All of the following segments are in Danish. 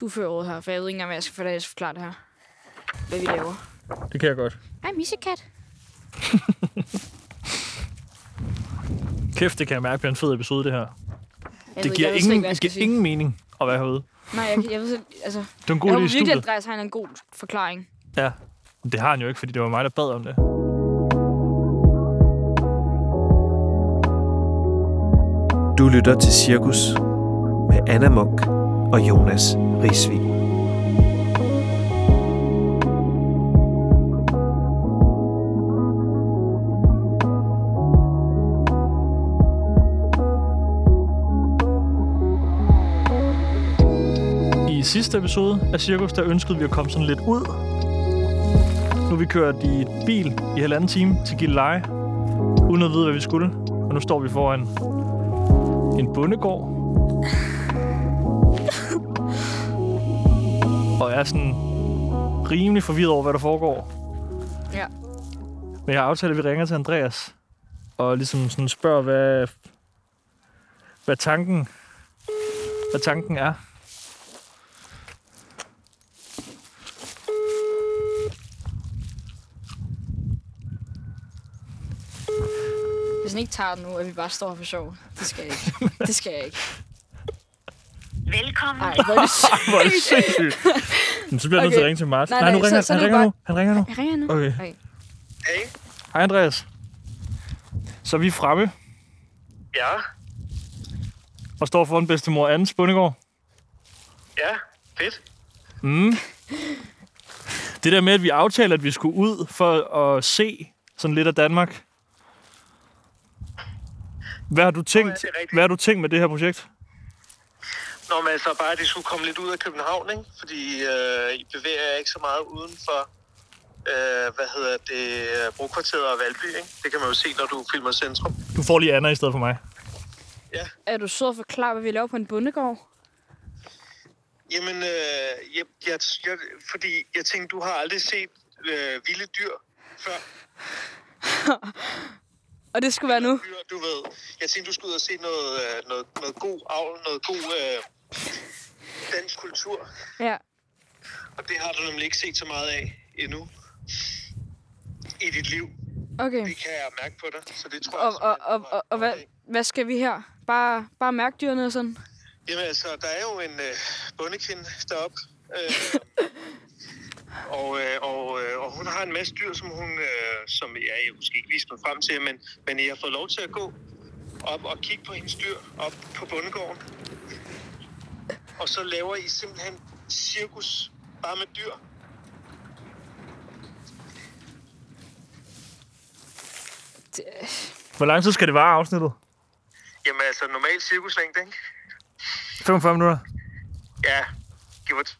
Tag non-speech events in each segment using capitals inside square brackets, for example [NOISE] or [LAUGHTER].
du fører ordet her, for jeg ved ikke engang, hvad jeg skal for- hvordan jeg skal forklare det her. Hvad vi laver. Det kan jeg godt. Hej, missekat. Kæft, det kan jeg mærke bliver en fed episode, det her. Jeg det ved- giver, jeg ved slet ingen, ikke, hvad jeg skal giver sige. ingen mening at være herude. Nej, jeg, jeg ved slet, altså... Det er en god jeg idé håber i virkelig, studiet. at Drejas har en god forklaring. Ja. Men Det har han jo ikke, fordi det var mig, der bad om det. Du lytter til Cirkus med Anna Munk og Jonas Risvig. I sidste episode af Cirkus, der ønskede vi at komme sådan lidt ud. Nu har vi kørt i bil i halvanden time til Gilleleje, uden at vide, hvad vi skulle. Og nu står vi foran en bondegård. Og jeg er sådan rimelig forvirret over, hvad der foregår. Ja. Men jeg har aftalt, at vi ringer til Andreas. Og ligesom sådan spørger, hvad, hvad tanken hvad tanken er. [LAUGHS] Hvis den ikke tager den nu, at vi bare står her for sjov. Det skal jeg ikke. Det skal jeg ikke. Velkommen. Nej, hvor er det sygt. Hvor er det sindssygt. Men så bliver jeg nødt til at Okay. ringe til Martin. Nej, Nej, nej, nej, nu ringer så- han. så han. er det bare- ringer nu. Han ringer nu. Jeg ringer nu. Okay. Okay. Hej, Andreas. Så er vi fremme Ja, og står foran bedstemor Anne Spundegård. ja, fedt. Mm. Det der med, at vi aftalte, at vi skulle ud for at se sådan lidt af Danmark. Hvad har du tænkt, det er rigtigt. hvad har du tænkt med det her projekt? Nå, men altså bare, at de skulle komme lidt ud af København, ikke? Fordi øh, I bevæger jer ikke så meget uden for, øh, hvad hedder det, øh, Brokvarteret og Valby, ikke? Det kan man jo se, når du filmer Centrum. Du får lige Anna i stedet for mig. Er du sød at forklare, hvad vi laver på en bondegård? Jamen, øh, jeg, jeg, jeg, fordi jeg tænkte, du har aldrig set øh, vilde dyr før. Og det skulle være nu. Dyr, du ved. Jeg tænkte, du skulle ud og se noget, øh, noget, noget god avl, noget god øh, dansk kultur. Ja. Og det har du nemlig ikke set så meget af endnu i dit liv. Okay. Det kan jeg mærke på dig, så det tror Og, jeg og, simpelthen, og, du har og, og godt hvad, af. hvad skal vi her? Bare, bare mærke dyrene og sådan? Jamen altså, der er jo en øh, bondekvinde deroppe, [LAUGHS] øh, og, øh, og, øh, og hun har en masse dyr, som hun, øh, som ja, jeg måske ikke viste mig frem til, men, men jeg har fået lov til at gå op og kigge på hendes dyr op på bondegården. Og så laver I simpelthen cirkus bare med dyr. Hvor lang tid skal det vare afsnittet? Jamen altså, normal cirkuslængde, ikke? 45 minutter. Ja, give it.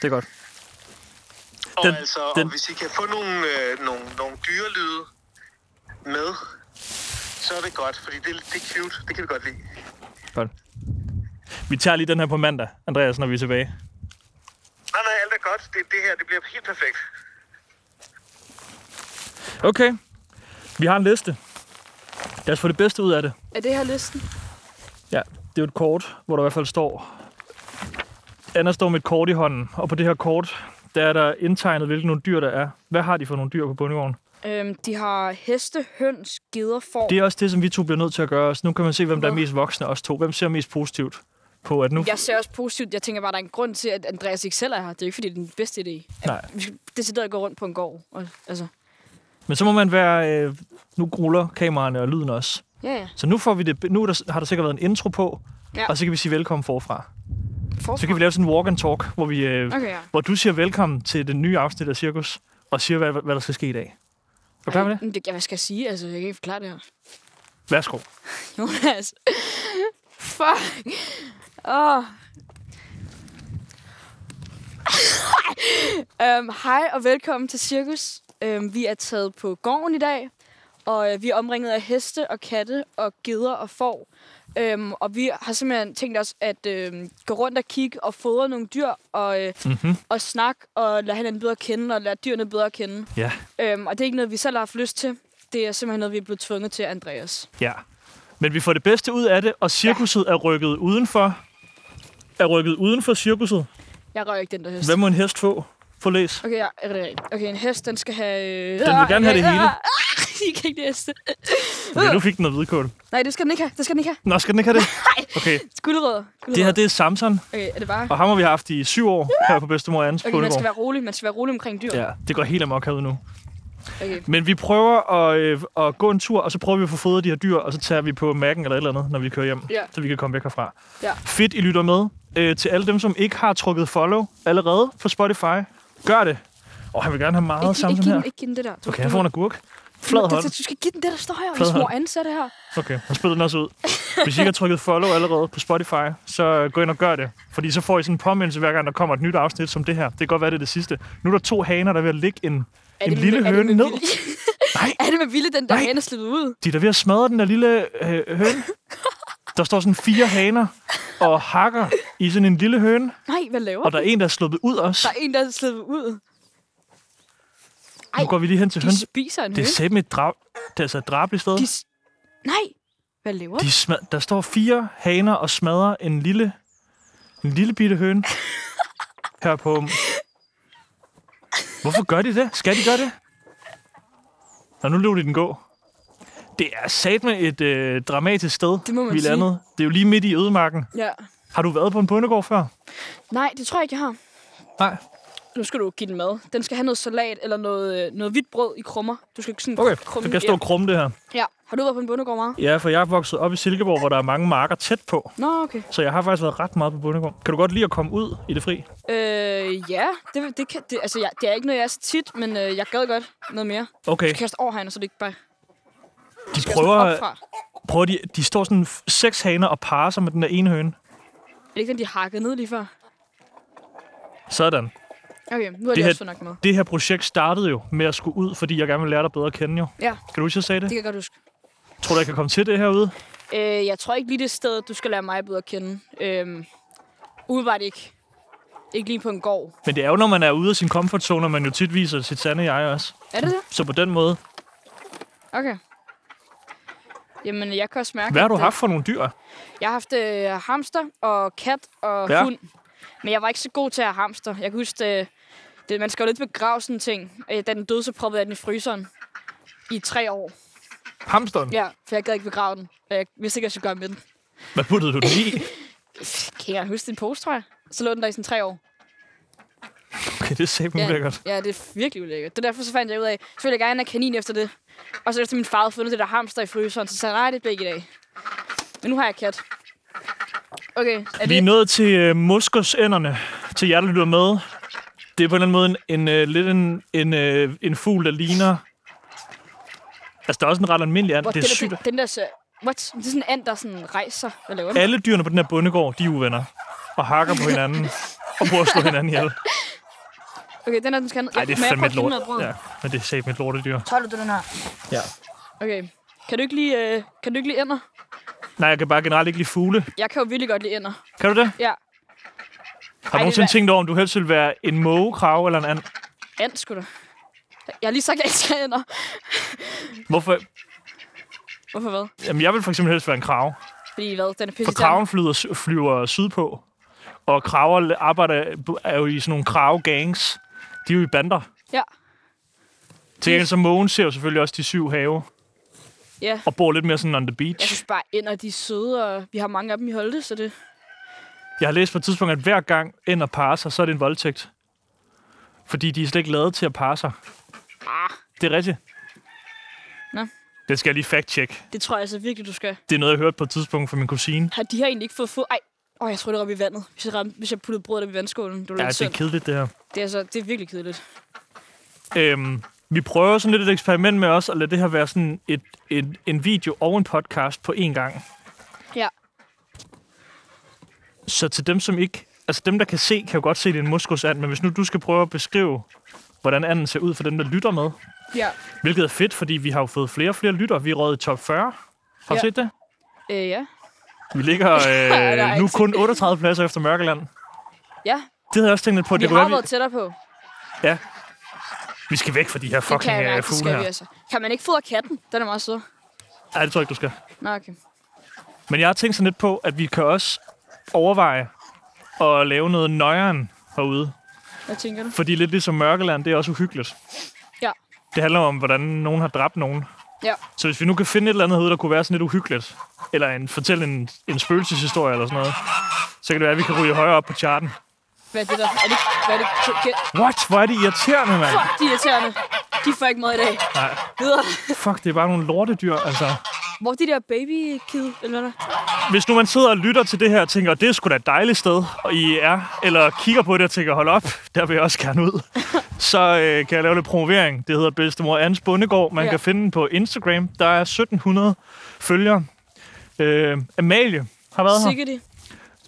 Det er godt. Og, Den- den, altså, den- og hvis I kan få nogle, øh, nogle, nogle dyrelyde med, så er det godt, fordi det, det er cute. Det kan vi godt lide. Godt. Vi tager lige den her på mandag, Andreas, når vi er tilbage. Nej, nej, alt er godt. Det, det her det bliver helt perfekt. Okay. Vi har en liste. Lad os få det bedste ud af det. Er det her listen? Ja, det er jo et kort, hvor der i hvert fald står... Anna står med et kort i hånden, og på det her kort, der er der indtegnet, hvilke nogle dyr der er. Hvad har de for nogle dyr på bondegården? Øhm, de har heste, høns, geder, får. Det er også det, som vi to bliver nødt til at gøre. Så nu kan man se, hvem der er mest voksne af os to. Hvem ser mest positivt på, at nu... Jeg ser også positivt. Jeg tænker bare, at der er en grund til, at Andreas ikke selv er her. Det er jo ikke, fordi det er den bedste idé. At Nej. Vi skal decideret gå rundt på en gård. Og, altså. Men så må man være... Øh, nu ruller kameraerne og lyden også. Ja, ja. Så nu, får vi det, nu er der, har der sikkert været en intro på, Ja. og så kan vi sige velkommen forfra. Forfra. Så kan vi lave sådan en walk and talk, hvor, vi, øh, Okay, ja. hvor du siger velkommen til den nye afsnit af Cirkus, og siger, hvad, hvad der skal ske i dag. Er du klar med det? Jamen, det? Ja, hvad skal jeg sige? Altså, jeg kan ikke forklare det her. Værsgo. Jonas. Fuck. Åh. øhm, hej og velkommen til Cirkus. Øhm, vi er taget på gården i dag, og øh, vi er omringet af heste og katte og geder og får. Øhm, og vi har simpelthen tænkt os at øhm, gå rundt og kigge og fodre nogle dyr og, øh, Mhm. og snakke og lade hinanden bedre at kende og lade dyrene bedre at kende. Ja. Øhm, og det er ikke noget, vi selv har haft lyst til. Det er simpelthen noget, vi er blevet tvunget til, Andreas. Ja. Men vi får det bedste ud af det, og cirkuset ja. er rykket udenfor. Er rykket uden for cirkuset. Jeg røg ikke den der hest. Hvad må en hest få? Få læs. Okay, ja, er det rigtigt? Okay, en hest, den skal have... øh, Den vil gerne have det hele. øh, [LAUGHS] I kan ikke læse det. Øh. Okay, nu fik den noget hvidkål. Nej, det skal den ikke have. Det skal den ikke have. Nå, skal den [LAUGHS] ikke have det? Okay, Skulderød. det her det er Samson, Okay, er det bare... og ham har vi haft i syv år her på Bedstemor Anders Okay, man skal være rolig. Man skal være rolig omkring dyr. Ja, det går helt amok herude nu. Okay. Men vi prøver at, øh, at gå en tur, og så prøver vi at få fodret de her dyr, og så tager vi på mærken eller et eller andet, når vi kører hjem, Ja. så vi kan komme væk herfra. Ja. Fedt, I lytter med. Øh, til alle dem, som ikke har trukket follow allerede på Spotify, gør det. Og oh, han vil gerne have meget Ikke, ikke, Samson give her. den, ikke give den det der. Du, Okay, du, han får en agurk. Flad du, hånd. du, du skal give den det, der står her. Flad Flad små hånd. ansatte her. Okay, han spiller den også ud. Hvis I ikke har trykket follow allerede på Spotify, så øh, gå ind og gør det. Fordi så får I sådan en påmindelse hver gang, der kommer et nyt afsnit som det her. Det kan godt være, det er det sidste. Nu er der to haner, der er ved at ligge en, Er en det lille med, er det høne med ned. vilje? [LAUGHS] Nej, er det med vilje, den der Nej. hane er slippet ud? de er der ved at smadre den der lille øh, høne. Der står sådan fire haner og hakker i sådan en lille høne. Nej, hvad laver Og den? der er en, der er sluppet ud også. Der er en, der er slippet ud. Nu går vi lige hen til De høns. spiser en Det er høne. sæt med et drab. Det er altså et drabeligt sted. De s- Nej, hvad laver De den? smad- der står fire haner og smadrer en lille, en lille bitte høne her på... Hvorfor gør de det? Skal de gøre det? Nå, nu løb de den gå. Det er sat med et øh, dramatisk sted, Det må man vi sige. landede. Det er jo lige midt i ødemarken. Ja. Har du været på en bondegård før? Nej, det tror jeg ikke, jeg har. Nej. Nu skal du give den mad. Den skal have noget salat eller noget, øh, noget hvidt brød i krummer. Du skal ikke sådan Okay, så krumme kan jeg stå og krumme det her. Ja. ja. Har du været på en bondegård meget? Ja, for jeg er vokset op i Silkeborg, hvor der er mange marker tæt på. Nå, okay. Så jeg har faktisk været ret meget på bondegård. Kan du godt lide at komme ud i det fri? Øh, ja. Det, det, kan, det, altså, jeg, det er ikke noget, jeg er så tit, men øh, jeg gad godt noget mere. Okay, Du kaster over hegnet, så det ikke bare de kaster prøver, opfra. Prøv de, de står sådan f- seks haner og parer sig med den der ene høne. Er det ikke den, de hakkede ned lige før? Sådan. Okay, nu er det, Det her- det også fået nok med. Det her projekt startede jo med at skulle ud, fordi jeg gerne vil lære dig bedre at kende jo. Ja, Kan du huske, jeg sagde det? det kan jeg godt huske. Tror du, jeg kan komme til det herude? Øh, jeg tror ikke lige det sted, du skal lære mig bedre at kende. Øh, umiddelbart ikke. Ikke lige på en gård. Men det er jo, når man er ude af sin comfort zone, og man jo tit viser sit sande jeg også. Er det det? Så på den måde. Okay. Jamen, jeg kan også mærke... Hvad har at, du øh, haft for nogle dyr? Jeg har haft øh, hamster og kat og Ja. ja. hund. Men jeg var ikke så god til at have hamster. Jeg kan huske, øh, det, man skal jo lidt begrave sådan en ting. Øh, da den døde, så proppede jeg den i fryseren i tre år. Hamsteren. Ja. Ja, for jeg gad ikke begrave den. Og jeg vidste ikke, hvad jeg skulle gøre med den. Hvad puttede du den i? [LAUGHS] Kan jeg huske din pose, tror jeg? Så lå den der i sådan tre år. Okay, det sagde mig Ja. lækkert. Ja, det er virkelig ulækkert. Det er derfor, så fandt jeg ud af, så ville jeg gerne have kanin efter det. Og så efter min far havde fundet det der hamster i fryseren, så sagde jeg, nej, det blev ikke i dag. Men nu har jeg kat. Okay, er Vi er det... nået til øh, moskusænderne, til jer, der lytter med. Det er på en eller anden måde en, en øh, lidt en, en, øh, en fugl, der ligner... Altså, der er også en ret almindelig and. Hvor, Det er sygt. Den, den der, så, what? Det er sådan en and, der sådan rejser. Hvad laver den? alle dyrene på den her bondegård, de er uvenner. Og hakker på hinanden. og prøver at slå hinanden ihjel. Nej, Okay, den er den skal... Nej, det er fandme et lort. Ja, men det er satme et lortedyr. Tolv du den her? Okay. Kan du ikke lide, øh, kan du ikke lide ender? Nej, jeg kan bare generelt ikke lide fugle. Jeg kan jo virkelig godt lide ender. Kan du det? Ja, Har det du er nogensinde værd. tænkt over, om du helst ville være en måge, krave eller en and? and sgu da. Jeg har lige sagt, at jeg elsker ender. Hvorfor? Hvorfor hvad? Jamen, jeg vil for eksempel helst være en krave. Fordi hvad? Den er pisse For kraven flyder, sy- flyver sydpå. Og kraver arbejder, er jo i sådan nogle krave-gangs. De er jo i bander. Ja. Til gengæld så mågen ser jo selvfølgelig også de syv have. Ja. Og bor lidt mere sådan on the Jeg beach. synes bare, ender de er søde, og vi har mange af dem i Holte, så det... Jeg har læst på et tidspunkt, at hver gang ender parer sig, så er det en voldtægt. Fordi de er slet ikke lavet til at parre sig. Ah, Det er rigtigt. Nå. Det skal jeg lige fact-check. det tror jeg altså virkelig, du skal. Det er noget, jeg hørte på et tidspunkt fra min kusine. Har de her egentlig ikke fået fod? Ej, åh, jeg tror, det ramte i vandet. Hvis jeg, ramte, hvis jeg puttede brødet op i vandskålen, det var Ja, lidt det er synd. kedeligt, det her. Det er, altså, det er virkelig kedeligt. Øhm, vi prøver sådan lidt et eksperiment med os, at lade det her være sådan et, et, en video og en podcast på én gang. Ja. Så til dem, som ikke... Altså dem, der kan se, kan jo godt se, det er en moskusand, men hvis nu du skal prøve at beskrive, hvordan anden ser ud for dem, der lytter med, Ja. hvilket er fedt, fordi vi har jo fået flere og flere lytter. Vi er røget i top 40. Har du Ja. set det? Øh, ja. [LAUGHS] Vi ligger der er øh, nu ikke- kun 38 pladser efter Mørkeland. Det Ja, havde jeg også tænkt lidt på. at vi Det kunne har være, været vi, tættere på. vi skal væk fra de her Det kan fucking jeg øh, mærke, det fugle skal her. vi altså. Kan man ikke fodre katten? Den er meget sød. Nej, det tror jeg ikke, du skal. Nå, okay. Men jeg har tænkt sådan lidt på, at vi kan også overveje at lave noget nøjeren herude. Hvad tænker du? Fordi lidt ligesom Mørkeland, det er også uhyggeligt. Ja. Det handler om, hvordan nogen har dræbt nogen. Ja. Så hvis vi nu kan finde et eller andet herude, der kunne være sådan lidt uhyggeligt, eller en, fortælle en, en spøgelseshistorie eller sådan noget, så kan det være, at vi kan ryge højere op på charten. Hvad er det der? Er det, hvad er det? Kæ- What? Hvor er det irriterende, mand! Fuck, de er irriterende. De får ikke mad i dag. Nej, Videre. fuck, det er bare nogle lortedyr, altså. Hvor er de der babykid, eller hvad? der? Hvis nu man sidder og lytter til det her og tænker, det er sgu da et dejligt sted, og I er, eller kigger på det og tænker, hold op, der vil jeg også gerne [LAUGHS] ud, så øh, kan jeg lave lidt promovering. Det hedder Bedstemor Ans Bundegård. Man Ja. ja. kan finde den på Instagram. Der er 1700 følgere. Øh, Amalie har været her. Sikkert de.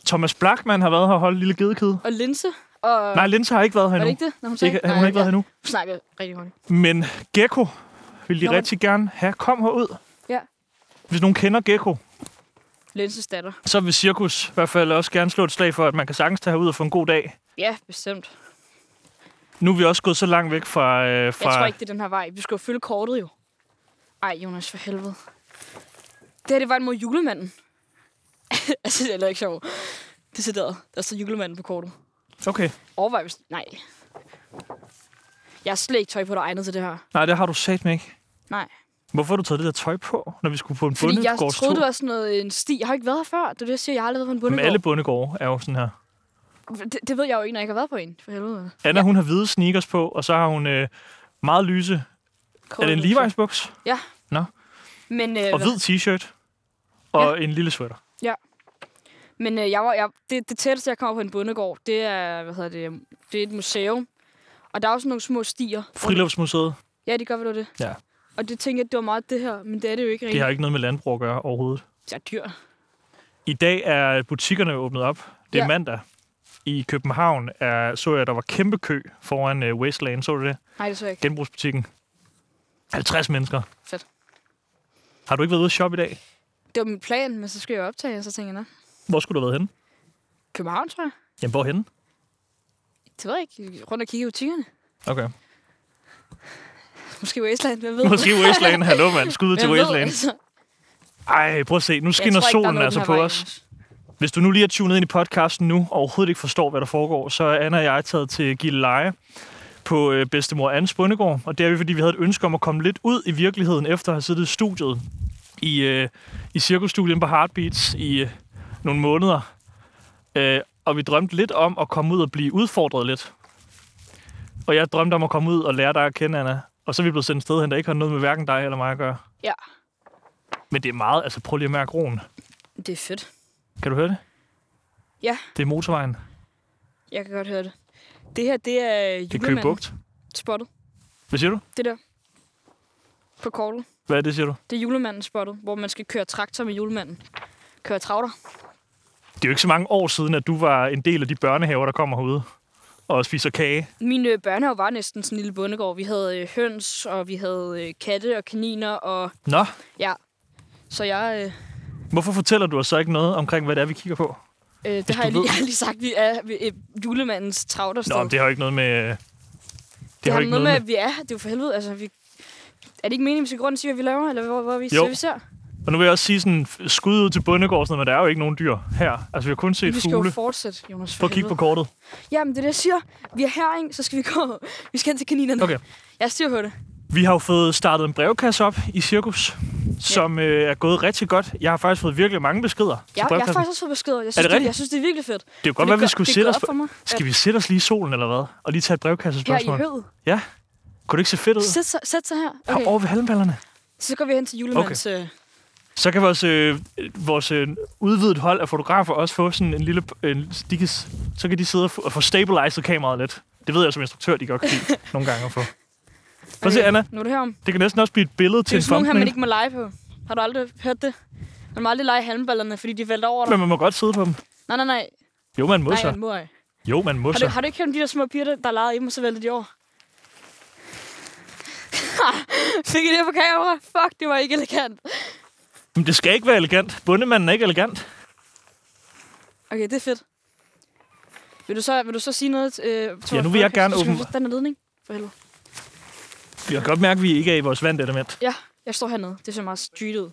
Thomas Blackman har været her og holdt lille gedekid. Og linse. Og... Nej, Linse har ikke været her var det endnu. ikke det? Når hun Ikke, hun har ikke været her endnu. Nu snakker jeg rigtig hurtigt. Men Gecko vil de Nå, Nå, men- rigtig gerne have. Kom herud. Ja. Hvis nogen kender Gecko, Linses datter. så vil Cirkus i hvert fald også gerne slå et slag for, at man kan sagtens tage herud og få en god dag. Ja, bestemt. Nu er vi også gået så langt væk fra... Øh, Jeg fra tror ikke, det er den her vej. Vi skulle jo følge kortet jo. Ej, Jonas, for helvede. Det her, det var en mod julemanden. [LAUGHS] altså, det er heller ikke sjovt. Decideret. Der står julemanden på kortet. Okay. Overvej, hvis... Nej. Jeg har slet ikke tøj på, der er egnet til det her. Nej, det har du sagt mig ikke. Nej. Hvorfor har du taget det der tøj på, når vi skulle på en Fordi jeg bundegårdstur? troede, det var sådan noget en sti. Jeg har ikke været her før. Det er det, jeg siger. Jeg har aldrig været på en Men bundegård. alle bundegårde er jo sådan her. Det, det, ved jeg jo ikke, når jeg ikke har været på en. For helvede. Anna, ja. hun har hvide sneakers på, og så har hun øh, meget lyse... Er det en Levi's buks? Men, øh, Og hvad- hvid t-shirt. Og en lille sweater. Men øh, jeg var, jeg, det, det tætteste, jeg kommer på en bondegård, det er, hvad hedder det, det er et museum. Og der er også nogle små stier. Friluftsmuseet. Ja, det gør vel det. Ja. Og det tænkte jeg, det var meget det her, men det er det jo ikke Det rigtigt. har ikke noget med landbrug at gøre overhovedet. Det er dyr. I dag er butikkerne åbnet op. Det Ja. er ja. mandag. I København er, så jeg, at der var kæmpe kø foran øh, Wasteland. Så du det? Nej, det så jeg ikke. Genbrugsbutikken. 50 mennesker. Fedt. Har du ikke været ude at shoppe i dag? Det var min plan, men så skal jeg jo optage, og så tænker jeg, nå, Hvor skulle du have været henne? København, tror jeg. Jamen, hvorhenne? Det ved jeg ikke. Rundt og kigge i butikkerne. Okay. Måske Wasteland, hvad ved Måske Wasteland. Hallo, mand. Skud ud til Hvem ved, Wasteland. altså? Jeg Ej, prøv at se. Nu tror skinner ikke, der er solen noget, altså den på her vej, os. Jonas. Hvis du nu lige er tunet ind i podcasten nu, og overhovedet ikke forstår, hvad der foregår, så er Anna og jeg taget til Gilleleje på øh, bedstemor Annes Bundegård. Og det er vi, fordi vi havde et ønske om at komme lidt ud i virkeligheden, efter at have siddet i studiet i, øh, i cirkusstudien på Heartbeats i øh, nogle måneder. Øh, og vi drømte lidt om at komme ud og blive udfordret lidt. Og jeg drømte om at komme ud og lære dig at kende, Anna. Og så er vi blevet sendt et sted hen, der ikke har noget med hverken dig eller mig at gøre. Ja. Men det er meget, altså prøv lige at mærke roen. Det er fedt. Kan du høre det? Ja. Det er motorvejen. Jeg kan godt høre det. Det her, det er Det er Køge julemanden Bugt. spottet. Hvad siger du? Det der. På kortet. Hvad er det, siger du? Det er julemandens spottet, hvor man skal køre traktor med julemanden. Køre travler. Det er jo ikke så mange år siden, at du var en del af de børnehaver, der kommer herude og spiser kage. Min øh, børnehave var næsten sådan en lille bondegård. Vi havde øh, høns, og vi havde øh, katte og kaniner, og Nå, ja. Så jeg, øh, hvorfor fortæller du os så ikke noget omkring, hvad det er, vi kigger på? øh, det har jeg du lige, jeg har lige sagt, vi er ved, øh, julemandens travlersted. Nå, men det har jo ikke noget med... Det, det jo har ikke noget med, at vi er. Det er jo for helvede. Altså, vi, er det ikke meningen, vi skal gå rundt og sige, hvad vi laver, eller hvor, hvor vi, Jo. hvad vi ser? Og nu vil jeg også sige sådan, f- skud ud til bundegård, og sådan noget, men der er jo ikke nogen dyr her. Altså, vi har kun set vi skal fugle. jo fortsætte, Jonas. Prøv at kigge på helvede. kortet. Jamen, det er det, jeg siger. Vi er her, ikke? Så skal vi gå. [LAUGHS] Vi skal hen til kaninerne. Okay. Jeg styrer på det. Vi har jo fået startet en brevkasse op i Cirkus, som øh, er gået rigtig godt. Jeg har faktisk fået virkelig mange beskeder til Jeg, jeg har brevkassen. faktisk også fået beskeder. Jeg synes, rigtigt? jeg synes, det er virkelig fedt. Det er jo godt, For at det vi går- skulle det sætte går os... op for mig, Skal at vi sætte os lige i solen, eller hvad? Og lige tage et Her i brevkassespørgsmål? høvet. Ja. Kunne det ikke se fedt ud? Sæt sig, sæt sig her. Okay. Okay. Over ved halmballerne. Så går vi hen til julemandens... Okay. Så kan vores, øh, vores øh, udvidet hold af fotografer også få sådan en lille... En, de kan, s- så kan de sidde og få, og få stabiliset kameraet lidt. Det ved jeg som instruktør, de godt [LAUGHS] kan lide nogle gange at få. Prøv at se, Anna. Nu er det her om. Det kan næsten også blive et billede Det er til jo en sådan nogle her, thumbnail. man ikke må lege på. Har du aldrig hørt det? Man må aldrig lege i halmballerne, fordi de vælter over dig. Men man må godt sidde på dem. Nej, nej, nej. Jo, man må Nej, så. han må ej. Jo, man må Har du, så. har du ikke hørt om de der små piger, der- der legede i dem, og så væltede de over? [LAUGHS] Fik I det på kamera? Fuck, det var ikke elegant. Men det skal ikke være elegant. Bundemanden er ikke elegant. Okay, det er fedt. Vil du så, vil du så sige noget? Øh, til Ja, vores nu vil jeg podcast? gerne Du skal åbne- have Den er ledning. For helvede. Jeg kan godt mærke, at vi ikke er i vores vandelement. Ja, jeg står hernede. Det ser meget street ud.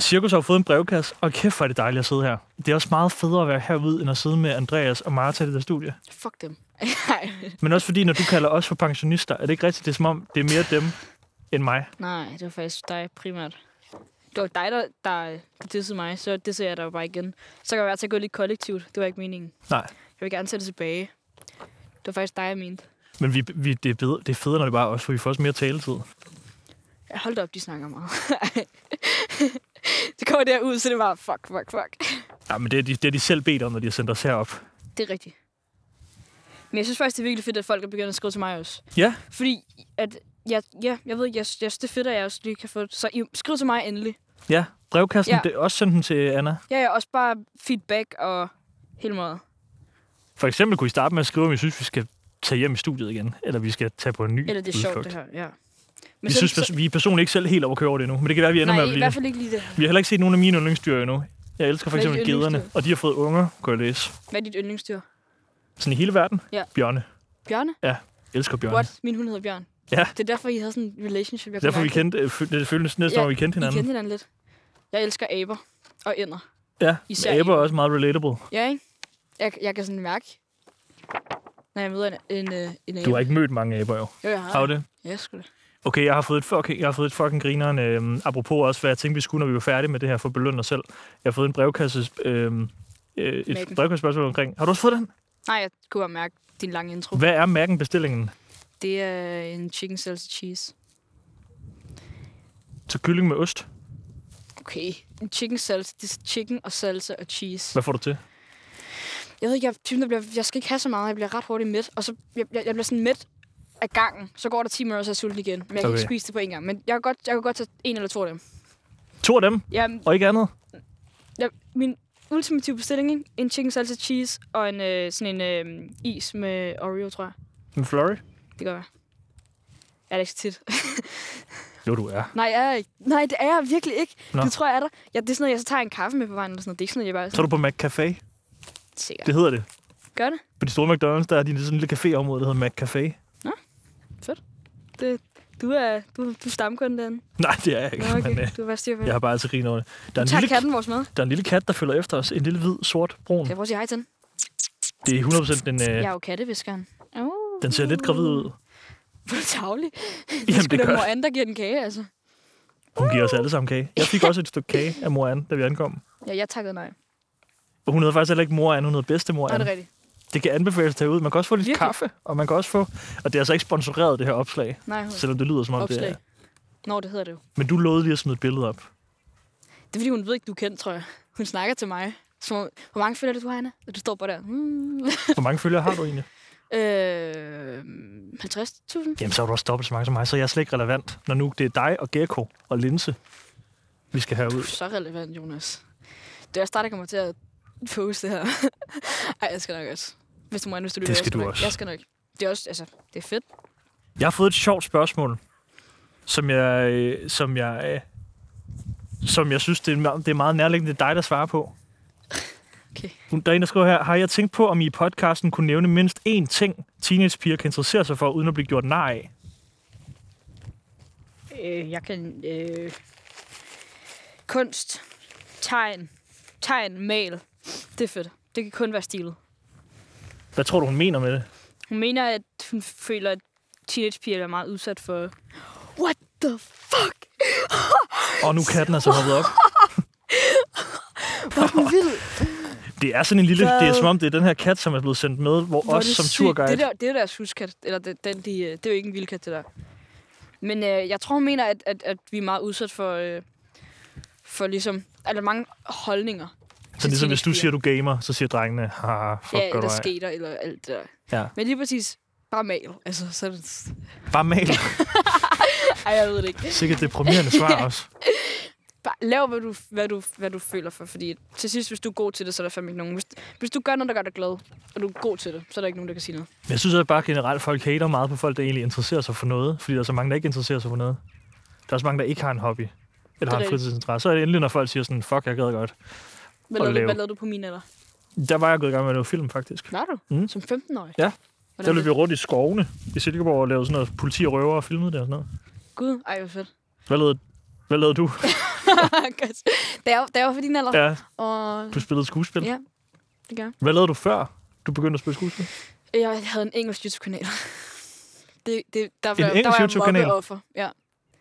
Cirkus har jo fået en brevkasse, og kæft hvor er det dejligt at sidde her. Det er også meget federe at være herude, end at sidde med Andreas og Martha i det der studie. Fuck dem. [LAUGHS] nej, Men også fordi, når du kalder os for pensionister, er det ikke rigtigt, det er som om, det er mere dem end mig. nej, det var faktisk dig primært. Det var dig, der, der dissede mig, så det ser jeg dig bare igen. Så kan jeg være til at gå lidt kollektivt. Det var ikke meningen. Nej. Jeg vil gerne tage det tilbage. Det var faktisk dig, jeg mente. Men vi, vi, det, er bedre, det er federe, når det bare er os, for vi får også mere taletid. Ja, Hold da op, de snakker meget. [LAUGHS] det kommer derud, så det var fuck, fuck, fuck. Ja, men det er, de, det er de selv bedt om, når de har sendt os herop. Det er rigtigt. Men jeg synes faktisk, det er virkelig fedt, at folk er begyndt at skrive til mig også. Ja, Fordi, at, ja, ja, jeg ved, jeg, jeg synes, det er fedt, at jeg også lige kan få det. Så I, skriv til mig endelig. ja. Brevkassen, ja. Ja. det er også sendt den til Anna. Ja, ja, også bare feedback og hele måde. For eksempel kunne I starte med at skrive, om I synes, vi skal tage hjem i studiet igen, eller vi skal tage på en ny Eller det er sjovt, udflugt. det her. Ja. Men Vi så- synes, så- pers- vi er personligt ikke selv helt overkørt over det endnu, men det kan være, vi ender Nej, med at i blive. hvert fald ikke lige det her. Vi har heller ikke set nogen af mine yndlingsdyr endnu. Jeg elsker for Hvad er eksempel dit gederne, yndlingsdyr? og de har fået unger, kunne jeg læse. Hvad er dit yndlingsdyr? Sådan i hele verden. Ja. Bjørne. Bjørne? Jeg elsker bjørne. What? Min hund hedder Bjørn. Ja. Det er derfor, I havde sådan en relationship. Jeg Det er Derfor vi kunne mærke kendte, øh, fø- det føles næsten, ja, Ja, vi det. kendte I hinanden. kendte hinanden lidt. Jeg elsker aber og ænder. Ja, Især men aber er aber. også meget relatable. Ja, ikke? Jeg, jeg kan sådan mærke, når jeg møder en, en, øh, en abe. Du har ikke mødt mange aber, jo. Jo, jeg har. Har du det? Ja, sgu da. Okay, jeg har fået et fucking, jeg har fået et fucking grineren. Øhm, apropos også, hvad jeg tænkte, vi skulle, når vi var færdige med det her, for at belønne os selv. Jeg har fået en brevkasse, øhm, øh, et Mærken. brevkassespørgsmål omkring. Har du også fået den? Nej, jeg kunne bare mærke din lange intro. Hvad er mærken bestillingen? Det er øh, en chicken salsa cheese. Så kylling med ost. Okay. En chicken salsa, det er chicken og salsa og cheese. Hvad får du til? Jeg ved ikke, jeg er typen, der bliver, jeg skal ikke have så meget, jeg bliver ret hurtigt mæt. Og så jeg, jeg, jeg bliver sådan mæt af gangen. Så går der 10 minutter, så er jeg sulten igen. Men jeg kan Okay. ikke spise det på en gang. Men jeg kan godt, jeg kan godt tage en eller to af dem. To af dem, Jamen, og ikke andet. jeg, min ultimative bestilling, ikke? en chicken salsa cheese og en, øh, sådan en øh, is med Oreo, tror jeg. En flurry? Det kan godt være. Jeg er det ikke så tit. Jo, du er. Nej, jeg er ikke. Nej, det er jeg virkelig ikke. Nå. Nå. Det tror jeg er der. Ja, det er sådan noget, jeg så tager en kaffe med på vejen. Eller sådan noget. Det er ikke sådan noget, jeg bare er Så er sådan, du på McCafé. sikkert. Det hedder det. Gør det. På de store McDonald's, der er de sådan en lille caféområde, der hedder McCafé. det. Du er, du, du er stamkunde derinde. [LAUGHS] Nej, det er jeg ikke. Nå, okay. Men, øh, Du har bare styr på det. jeg har bare altid grinet over det. Der er, Du en tager lille, Mm. katten vores med. der er en lille kat, der følger efter os. En lille hvid, sort, brun. Jeg prøver at sige hej til den. Det er 100% den, øh, Jeg er jo katteviskeren. Oh. den ser lidt gravid ud. Hvor er du tavlig. Skulle Jamen, det da gør mor Anne, der giver den kage, altså. Hun giver os alle sammen kage. Jeg fik også et stykke kage af mor Anne, da vi ankom. Ja, jeg takkede nej. Og hun hedder faktisk heller ikke mor Anne, hun hedder Nå, bedstemor det Anne. er Det, rigtigt. det kan anbefales at tage ud. Man kan også få lidt Virkelig? kaffe, og man kan også få... Og det er altså ikke sponsoreret, det her opslag. Nej, hun. Selvom det lyder som om det Opslag. er. Nå, det hedder det jo. Men du lovede lige at smide et billede op. Det er fordi, hun ved ikke, du er kendt, tror jeg. Hun snakker til mig. Som, om- hvor mange følger du, har, Anna? Og du står bare der. Hmm. Hvor mange følgere har du egentlig? Øh, 50.000? Jamen, så har du også dobbelt så mange som mig, så jeg er slet ikke relevant. Når nu det er dig og Gekko og Linse, vi skal herud. Så relevant, Jonas. Det er også dig, der kommer til at poste det her. [LAUGHS] Ej, jeg skal nok også. Hvis du må, hvis du lytter, skal jeg du nok. også. Jeg skal nok. Det er også, altså, det er fedt. Jeg har fået et sjovt spørgsmål, som jeg, øh, som jeg, øh, som jeg synes, det er, me- det er meget nærliggende det er dig, der svarer på. Okay. Hun- Der er en, der skriver her, har jeg tænkt på, om I i podcasten kunne nævne mindst én ting, teenagepiger kan interessere sig for, uden at blive gjort nar af? Øh, jeg kan... Øh, kunst. Tegn. Tegn. Mal. Det er fedt. Det kan kun være stilet. Hvad tror du, hun mener med det? Hun mener, at hun føler, at teenagepiger er meget udsat for... What the fuck? Og nu er katten altså hoppet op. Hvor er den vild? Det er sådan en lille... Hvad? Det er som om, det er den her kat, som er blevet sendt med, hvor, Hvor er os det som sygt. turguide... Det, der, det er deres huskat. Eller det, den, de, øh, det er jo ikke en vildkat, det der. Men øh, jeg tror, hun mener, at, at, at vi er meget udsat for... Øh, for ligesom... Altså mange holdninger. så til ligesom, hvis du teenagepiger. siger, du gamer, så siger drengene, haha, fuck, Ja, gør du eller ej." skater, eller alt det der. Ja. Men lige præcis... Bare mal. Altså, så er det... Bare mal. [LAUGHS] Ej, jeg ved det ikke. Sikkert deprimerende [LAUGHS] svar også. Bare lav, hvad du, hvad, du, hvad du føler for, fordi til sidst, hvis du er god til det, så er der fandme ikke nogen. Hvis, hvis du gør noget, der gør dig glad, og du er god til det, så er der ikke nogen, der kan sige noget. Men jeg synes at bare generelt, folk hater meget på folk, der egentlig interesserer sig for noget. Fordi der er så mange, der ikke interesserer sig for noget. Der er så mange, der ikke har en hobby. Eller har en rigtigt. fritidsinteresse. Så er det endelig, når folk siger sådan, fuck, jeg gad godt. Hvad, Og lavede du, lave. hvad lavede du på min alder? Der var jeg gået i gang med at lave film, faktisk. Var du? Mm. Som 15-årig? Ja. Der Hvordan løb blev vi rundt i skovene i Silkeborg og lavede sådan noget politi og røver og filmede det og sådan noget. Gud, ej, hvor fedt. Hvad lavede, hvad lavede du? [LAUGHS] Godt. det, er, jo- det er jo for din alder. Ja. Ja, Og du spillede skuespil. Ja, det gør jeg. Hvad lavede du før, du begyndte at spille skuespil? jeg havde en engelsk YouTube-kanal. [LAUGHS] Det, det, der, var, der engelsk var jeg YouTube-kanal? mobbet offer. Ja.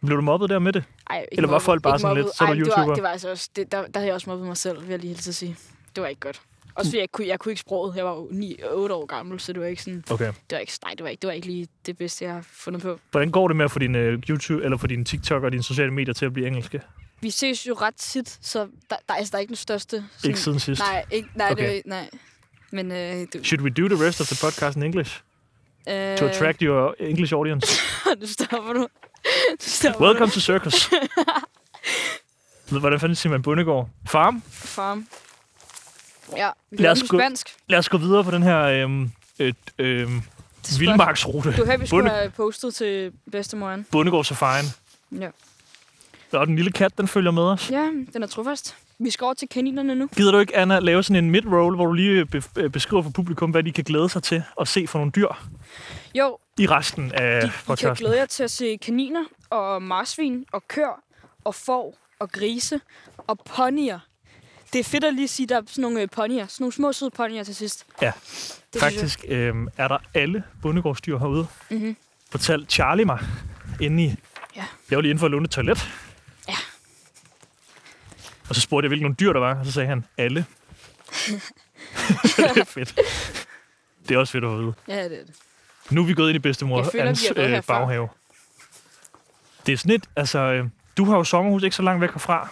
Blev du mobbet der med det? Ej, ikke Eller var folk bare ikke sådan lidt, så er du Ej, men Det var, YouTuber? det var altså også, det, der, der havde jeg også mobbet mig selv, vil jeg lige hilse at sige. Det var ikke godt. Også fordi jeg kunne, jeg kunne ikke sproget. Jeg var jo 9, 8 år gammel, så det var ikke sådan... Okay. Det var ikke, nej, det var ikke, det var ikke lige det bedste, jeg har fundet på. Hvordan går det med at få din øh, YouTube, eller få din TikTok og dine sociale medier til at blive engelske? Vi ses jo ret tit, så der, der, er- altså, der er ikke den største... Sådan, Ikke siden sidst. Nej, ikke, nej, okay. Okay. det, nej. Men øh, du, Should we do the rest of the podcast in English? øh, To attract your English audience. [LAUGHS] nu stopper du. nu stopper Welcome to Circus. [LAUGHS] Hvordan fanden siger man bundegård? Farm? du. Farm. Ja, vi Lad Lad os os på gå- spansk. Lad os gå videre på den her øhm, øh, øh, Det er vildmarksrute. Du hørte, vi skulle Bunde- have postet til bedstemoren. Bundegård Safarien. Ja. Og den lille kat, den følger med os. Ja, den er trofast. Vi skal over til kaninerne nu. Gider du ikke, Anna, lave sådan en mid-roll, hvor du lige be- øh, beskriver for publikum, hvad de kan glæde sig til at se for nogle dyr Jo, i resten af de, I kan podcasten? glæde jer til at se kaniner og marsvin og kør og får og grise og ponyer. Det er fedt at lige sige, at der er sådan nogle øh, ponyer. Sådan nogle små søde ponyer til sidst. Ja, det Synes Faktisk øh, er der alle bundegårdsdyr herude. Mm-hmm. Fortalte Charlie mig inde i... Mhm. Ja. Jeg var lige inde for at låne et toilet. Ja. Og så spurgte jeg, hvilke nogle dyr der var, og så sagde han, alle. [LAUGHS] det er fedt. Det er også fedt at vide. jeg. Ja, det er det. Nu er vi gået ind i bedstemor Jeg føler, Ans vi har været øh, herfra. baghave. Det er sådan lidt, altså... Øh, du har jo sommerhus ikke så langt væk herfra.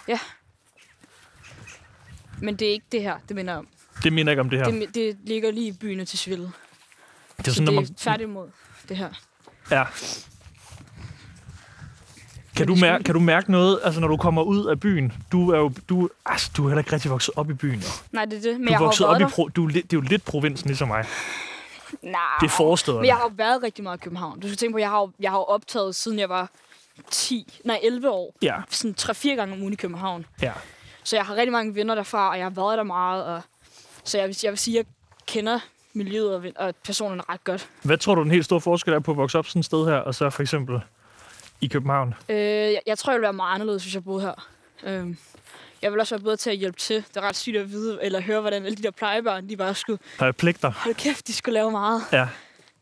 Men det er ikke det her, det minder jeg om. Det minder ikke om det her. Ja. Det, Det, det, ligger lige i byen og til Svilde. det er Så sådan, det når er man... tværtimod, det her. Ja. Kan du, mærke, kan du mærke noget, altså når du kommer ud af byen? Du er jo du, altså, du er heller ikke rigtig vokset op i byen. Jo. Nej, det er det. Men Du jeg er har jo vokset op været i der. pro, du, er lidt- det er jo lidt provinsen ligesom mig. Nej. Det er forstederne. Men jeg har jo været rigtig meget i København. Du skal tænke på, at jeg har, jo- jeg har jo optaget, siden jeg var 10, nej 11 år. Ja, Sådan 3-4 gange om ugen i København. ja. Så jeg har rigtig mange venner derfra, og jeg har været der meget. Og... Så jeg vil, jeg vil sige, at jeg kender miljøet og, ven- og personerne ret godt. Hvad tror du, den helt store forskel er på at vokse op sådan et sted her, og så for eksempel i København? Øh, jeg, jeg tror, jeg ville være meget anderledes, hvis jeg boede her. Øh, jeg vil også være bedre til at hjælpe til. Det er ret sygt at vide, eller høre, hvordan alle de der plejebørn, de bare skulle... Har jeg pligter? Hold kæft, de skulle lave meget. Ja.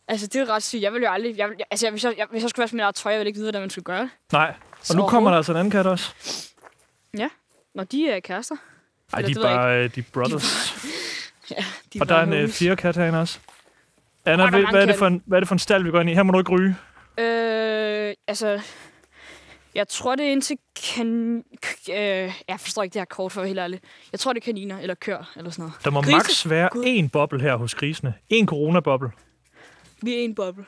Altså, det er ret sygt. Jeg ville jo aldrig... Jeg, ville- altså, jeg, hvis, jeg, jeg, hvis jeg skulle være som mit eget tøj, jeg ville ikke vide, hvordan man skulle gøre det. Nej. Og nu Så- kommer der altså en anden kat også. Når de er kærester. Ej, Eller de det er ved jeg bare øh, de er brothers. De Og der er bare en øh, homies. fjerde kat herinde også. Anna, der er ved, mange hvad, er det katte. for en, hvad er det for en stald, vi går ind i? Her må du ikke ryge. Øh, altså... Jeg tror, det er indtil kan... k- Øh, jeg forstår ikke det her kort, for at være helt ærlig. Jeg tror, det er kaniner eller kør eller sådan noget. Der må Grise? maks være Gud. én boble her hos grisene. En coronaboble. Vi er en boble.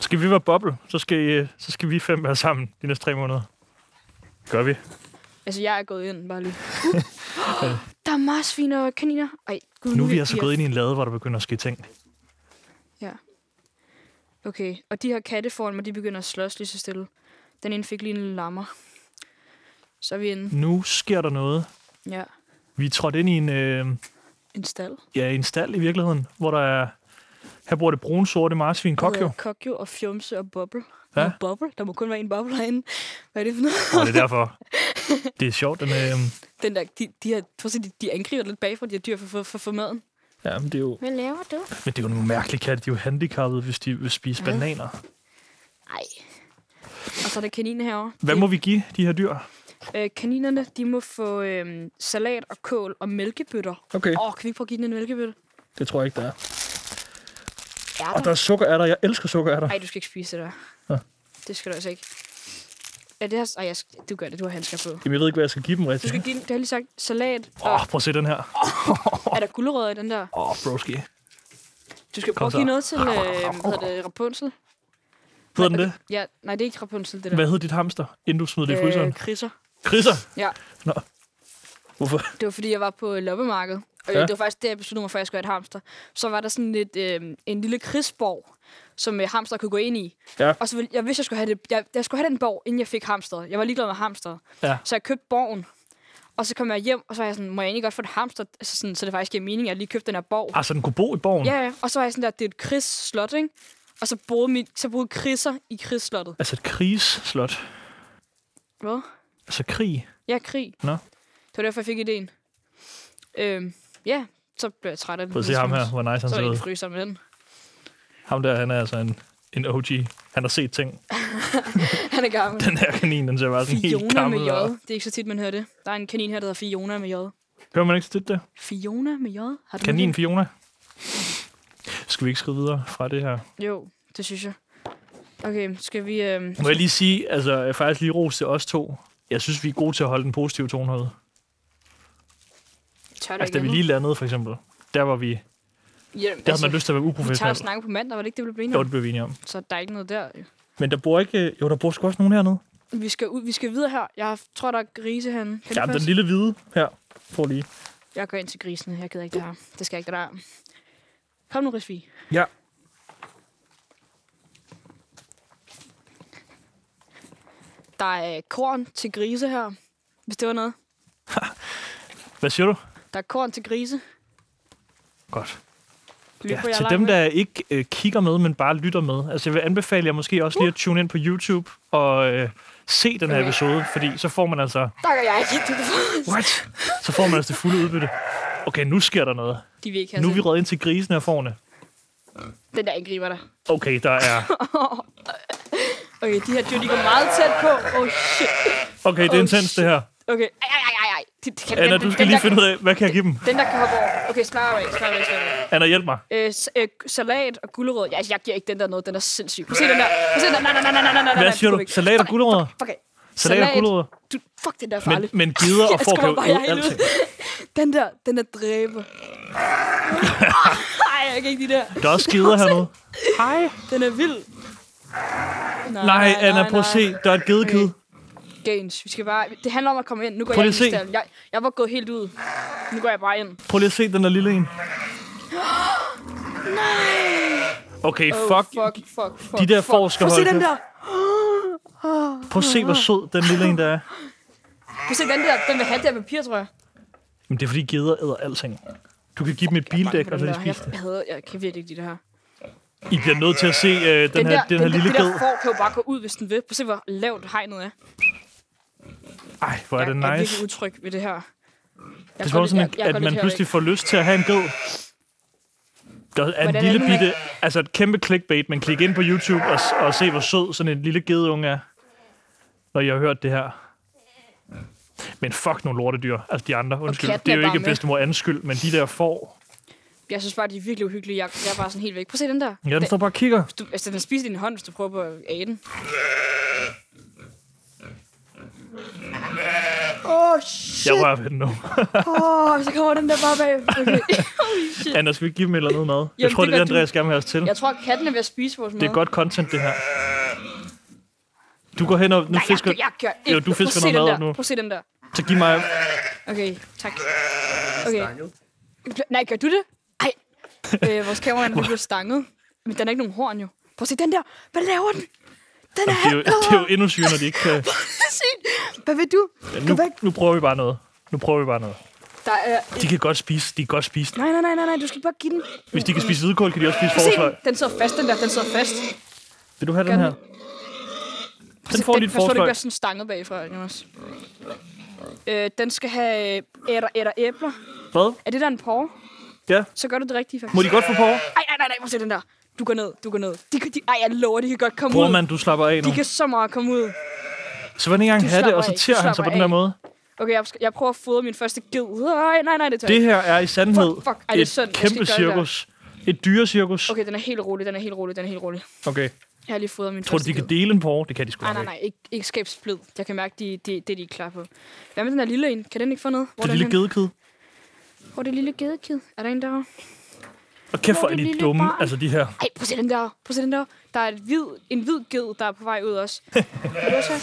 Skal vi være boble, så skal, I, så skal vi fem være sammen de næste tre måneder. Gør vi. Altså, jeg er gået ind [LAUGHS] bare lige. Uh, der er marsvin og kaniner. Ej, gud, Nu er vi altså gået ind i en lade, hvor der begynder at ske ting. Okay, og de her katte foran mig, de begynder at slås lige så stille. Den ene fik lige en lammer. Så er vi inde. Nu sker der noget. Ja, Vi er trådt ind i en, øh, en stald. ja, en stald i virkeligheden, hvor der er... Her bor det brun-sorte marsvin Der kokjo. hedder Kokjo og Fjumse og Bubble. Hvad? Nå, Bubble? Der må kun være en bubble herinde. Hvad er det for noget? Og det er derfor. Det er sjovt. Den, øh, Den der, de, de, her, prøv at se, de, de angriber lidt bagfra, de her dyr for, for, for, for maden. ja, men det er jo, Hvad laver du? men det er jo nogle mærkelige katte. De er jo handicappede, hvis de vil spise Ja. bananer. Nej. Og så er der kaniner herovre. Hvad må vi give de her dyr? Øh, kaninerne, de må få øh, salat og kål og mælkebøtter. Okay, Åh, oh, kan vi ikke prøve at give den en mælkebøtte? det tror jeg ikke, der er. Er er sukkerærter. Jeg elsker sukkerærter. Nej, du skal ikke spise det der. Nå. Det skal du altså ikke. Ja, det her... Ej, jeg skal... du gør det, du har handsker på. Jamen, jeg ved ikke, hvad jeg skal give dem Du rigtigt. skal give den, det har jeg lige sagt, salat. Åh, Og oh, prøv at se den her. er der gulerødder i den der? Åh, oh, broski. Du skal Kom prøve at så. give noget til, øh, hvad hedder det, Rapunzel? Hedder den Nej, det? okay. Ja, nej, det er ikke Rapunzel, det der. Hvad hed dit hamster, inden du smed det i fryseren? kriser. Krisser? Øh, Ja. Nå. Hvorfor? Det var, fordi jeg var på loppemarkedet. Og Ja. ja. det var faktisk der, jeg besluttede mig for, at jeg skulle have et hamster. Så var der sådan et, øh, en lille krigsborg, som øh, hamster kunne gå ind i. Ja. Og så ville, jeg vidste, jeg skulle have, det, jeg, jeg skulle have den borg, inden jeg fik hamster. Jeg var ligeglad med hamster. Ja. Så jeg købte borgen. Og så kom jeg hjem, og så var jeg sådan, må jeg egentlig godt få et hamster? Altså sådan, så det faktisk giver mening, at jeg lige købte den her borg. Altså, den kunne bo i borgen? Ja, ja. Og så var jeg sådan der, det er et krigsslot, ikke? Og så boede, min, så boede kriser i krigsslottet. Altså, et krigsslot. Hvad? Altså krig. Ja, krig. Nå. Det var derfor, jeg fik ideen. Øhm, ja, så blev jeg træt af den. Prøv at se ham her, hvor nice han Så er ser jeg ud. ikke fryser med den. Ham der, han er altså en, en OG. Han har set ting. Han er gammel. Den her kanin, den ser bare sådan helt Fiona med gammel. J. ud. Det er ikke så tit, man hører det. Der er en kanin her, der hedder Fiona med J. Hører man ikke tit det? Fiona med J? Har du Kanin hørt Fiona. Skal vi ikke skride videre fra det her? det? Jo, det synes jeg. Okay, skal vi... Øhm, Må jeg lige sige, altså jeg faktisk lige ros til os to. Jeg synes, vi er gode til at holde den positive tone herude. tør du Altså, da vi ikke lige landede, for eksempel, der var vi... andet? Jamen, altså, Der havde man lyst til at være Vi tager og uprofessionel. snakker på mandag, var det ikke det, vi blev enige Jo, om? det blev vi enige om. Så der er ikke noget der. jo. Men der bor ikke... Jo, der bor sgu også nogen hernede. Vi skal, ud, vi skal videre her. Jeg har- tror, der er grise herinde. Kan Ja, ja, den det lille hvide her. Prøv lige. jeg går ind til grisene. Jeg gider ikke det her. Det skal jeg ikke det der. Kom nu, Risvi. Ja. Der er øh, korn til grise her, hvis det var noget. Hvad siger du? Der er korn til grise. Godt. Lyt Ja, på jer til leg dem, med. der ikke øh, kigger med, men bare lytter med. Altså, jeg vil anbefale jer måske også Uh. lige at tune ind på YouTube og øh, se den her episode, fordi så får man altså... Der gør jeg ikke. What? Så får man altså det fulde udbytte. Okay, nu sker der noget. De vil ikke have Nu er vi sådan. røget ind til grisene og forne. Den der angriber dig. Okay, der [LAUGHS] er... Okay, de her dyr, de går meget tæt på. Oh shit. Okay, det er Oh, intens, det her. Okay. Ej, ej, ej, ej, ej. De, de kan, Anna, den, du skal den, lige der, finde ud af, hvad kan jeg give dem? Den der kan hoppe over. Okay, snart af, snart af, snart af. Anna, hjælp mig. Øh, s- øh, salat og gulerod. Jeg, jeg giver ikke den der noget. Den er sindssyg. Prøv at se den der. Prøv at se den der. Nej, nej, nej, nej, nej, nej, nej. Hvad siger Gå du? væk. Salat og Fuck af, gulerødder? Fuck af. Salat og gulerødder? Du, fuck, den der er Men, farlig. men gider og Jeg får kan skubber jo bare æde helt ud. [LAUGHS] alting. Den der, den er [LAUGHS] dræber. Nej, jeg kan ikke de der. Der er også gider hernede. Hej. Den er vild. Nej, Anna, prøv at se. Der er et gedekid. Gains. Vi skal bare... Det handler om at komme ind. Nu går Prøv jeg lige ind at i se. stallen. Jeg, jeg var gået helt ud. Nu går jeg bare ind. Prøv lige at se den der lille en. Nej. Okay, Oh, fuck. fuck, fuck, fuck. De der fuck. får skal Prøv at holde se den kæft. der. Prøv at se, hvor sød den lille en der er. Prøv at se den der. Den vil have det her papir, tror jeg. Men det er fordi geder æder alting. Du kan give dem et bildæk, og så den de der. spiser det. Jeg, jeg, hader, jeg kan virkelig ikke lide det her. I bliver nødt til at se øh, den, her, den her lille det ged. der får kan jo bare gå ud, hvis den vil. Prøv at se, hvor lavt hegnet er. Ej, hvor er det Jeg er nice. virkelig utryg ved det her. Jeg Det går er lidt- sådan, jeg- jeg går at, at lidt man herover. pludselig får lyst til at have en ged. Der er en Hvordan er lille den, man- bitte, altså et kæmpe clickbait, men klik ind på YouTube og, s- og se, hvor sød sådan en lille gedeunge er, når jeg har hørt det her. Men fuck nogle lortedyr, altså de andre, undskyld. katten Det er er jo ikke bare med. bedstemor anskyld, men de der får. Jeg synes bare, de er virkelig uhyggelige. Jeg, jeg er bare sådan helt væk. Prøv at se den der. Ja, den står bare og kigger. Du, altså, den spiser din hånd, hvis du prøver på at æde den. Åh, oh, shit. Jeg rører ved den nu. Åh, oh, så kommer den der bare bag. Okay. Anna, skal vi give dem et eller andet mad? Jeg Jamen, tror, det det er det, gør du. Andreas gerne vil have os til. Jeg tror, at katten er ved at spise vores mad. Det er godt content, det her. Du går hen og... Nu Nej, fisker... jeg, jeg, gør ikke. Jo, du Prøv at fisker se noget den mad der. nu. Prøv at se den der. Så giv mig... Okay, tak. Okay. Nej, gør du det? Ej. Øh, vores kamera er blevet stanget. Men den er ikke nogen horn, jo. Prøv at se den der. Hvad laver den? Den er Det er jo, halvblad. det er jo endnu syge, når de ikke kan... Sygt. Hvad vil du? Ja, Gå nu, væk. nu prøver vi bare noget. Nu prøver vi bare noget. Der er... De kan godt spise. De kan godt spise. den. Nej, nej, nej, nej, nej. Du skal bare give den. Prøv Hvis de kan spise hvidkål, kan de også spise at Se, forsløg. den. den sidder fast, den der. Den sidder fast. Vil du have den Gør her? Den får dit Jeg tror, det forsløg. bliver sådan stanget bagfra, Jonas. Øh, den skal have ætter, ætter, æbler. Hvad? Er det der en porre? Ja. Så gør du det rigtige, faktisk. Må de godt få på? Ej, nej, nej, nej, prøv at se den der. Du går ned, du går ned. De, kan- de, ej, jeg lover, de kan godt komme ud. Bror, mand, du slapper af nu. De kan så meget komme ud. Så vil han ikke engang Du have det, og slapper så af. Du tærer han sig slapper på den der af. måde. Okay, jeg, skal- jeg prøver at fodre min første ged. Nej, nej, nej, det tør jeg Det ikke. her er i sandhed Fuck, fuck. Ej, det er synd. et Jeg skal kæmpe ikke gøre det der. cirkus. Et dyrecirkus. Okay, den er helt rolig, den er helt rolig, den er helt rolig. Okay. Jeg har lige fodret min Tror du, første de kan ged. dele en porre? Det kan de sgu Altså, Nej, nok nej, ikke. nej, ikke, ikke skab splid. Jeg kan mærke, de, de, det er de ikke klar på. Hvad med den der lille en? Kan den ikke få noget? Hvor Det er er den lille henne? gedekid. Hvor er det lille gedekid? Er der en der? Og kæft, hvor Hvor er er det de lille dumme, barn? altså de her. Ej, prøv at se den der. Prøv at se den der. Der er et hvid, en hvid ged, der er på vej ud [LAUGHS] også. Kan du også have?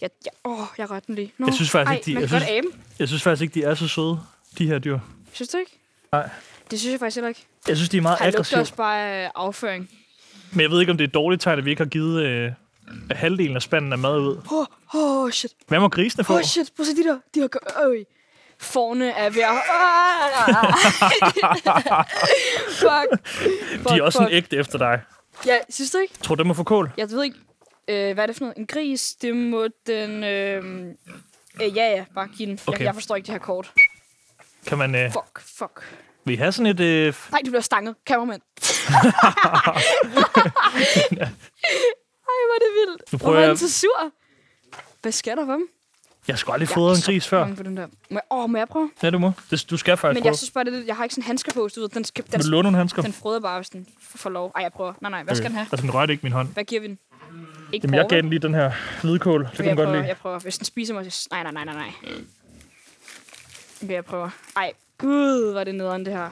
Jeg, jeg, åh, jeg rørte den lige. Nå. Jeg synes faktisk ikke, de- Ej, man jeg kan godt synes- abe. dem. Jeg synes faktisk ikke, de er så søde, de her dyr. Synes du ikke? Nej. Det synes jeg faktisk heller ikke. Jeg synes, de er meget Han lugter aggressive. også bare øh, afføring. Men jeg ved ikke, om det er et dårligt tegn, at vi ikke har givet øh, halvdelen af spanden af mad ud. Åh, oh, oh, shit. Hvad må grisene få? Åh, oh, shit. Prøv at se de der. De har... gø- Øj. Forne er ved at... Ah! fuck. De er Fuck, også [LAUGHS] sådan fuck. ægte efter dig. Ja, synes du ikke? Tror du, dem må få kål? Jeg ved ikke. øh, hvad er det for noget? En gris, det må den... Øh, øh, ja, ja, bare giv den. Okay. Okay. Jeg, jeg forstår ikke det her kort. Kan man... Øh, Fuck, fuck. vil I have sådan et... Øh, Nej, du bliver stanget. [LAUGHS] Kameramand. Ej, hvor er det vildt. Nu Nu prøver prøver jeg... jeg- så sur. Hvad sker der for dem? jeg har sgu aldrig Jeg fodret er en så gris før. bange for den der. Må jeg, åh, må jeg prøve? Ja, du må. Det, du skal faktisk Men prøve. jeg synes bare, det, er lidt- jeg har ikke sådan handsker på, hvis du ved. Den, skal, den, Vil du låne nogle handsker? den froder bare, hvis den f- får lov. Ej, jeg prøver. Nej, nej, hvad skal den have? Altså, den rørte ikke min hånd. Hvad giver vi den? Ikke Jamen, jeg porre, gav vel? den lige den her hvidkål. Det kunne jeg den godt prøver, lide. jeg prøver. Hvis den spiser mig, så... Nej, nej, nej, nej, nej. Okay, jeg prøver. Ej, gud, var det nederen, det her.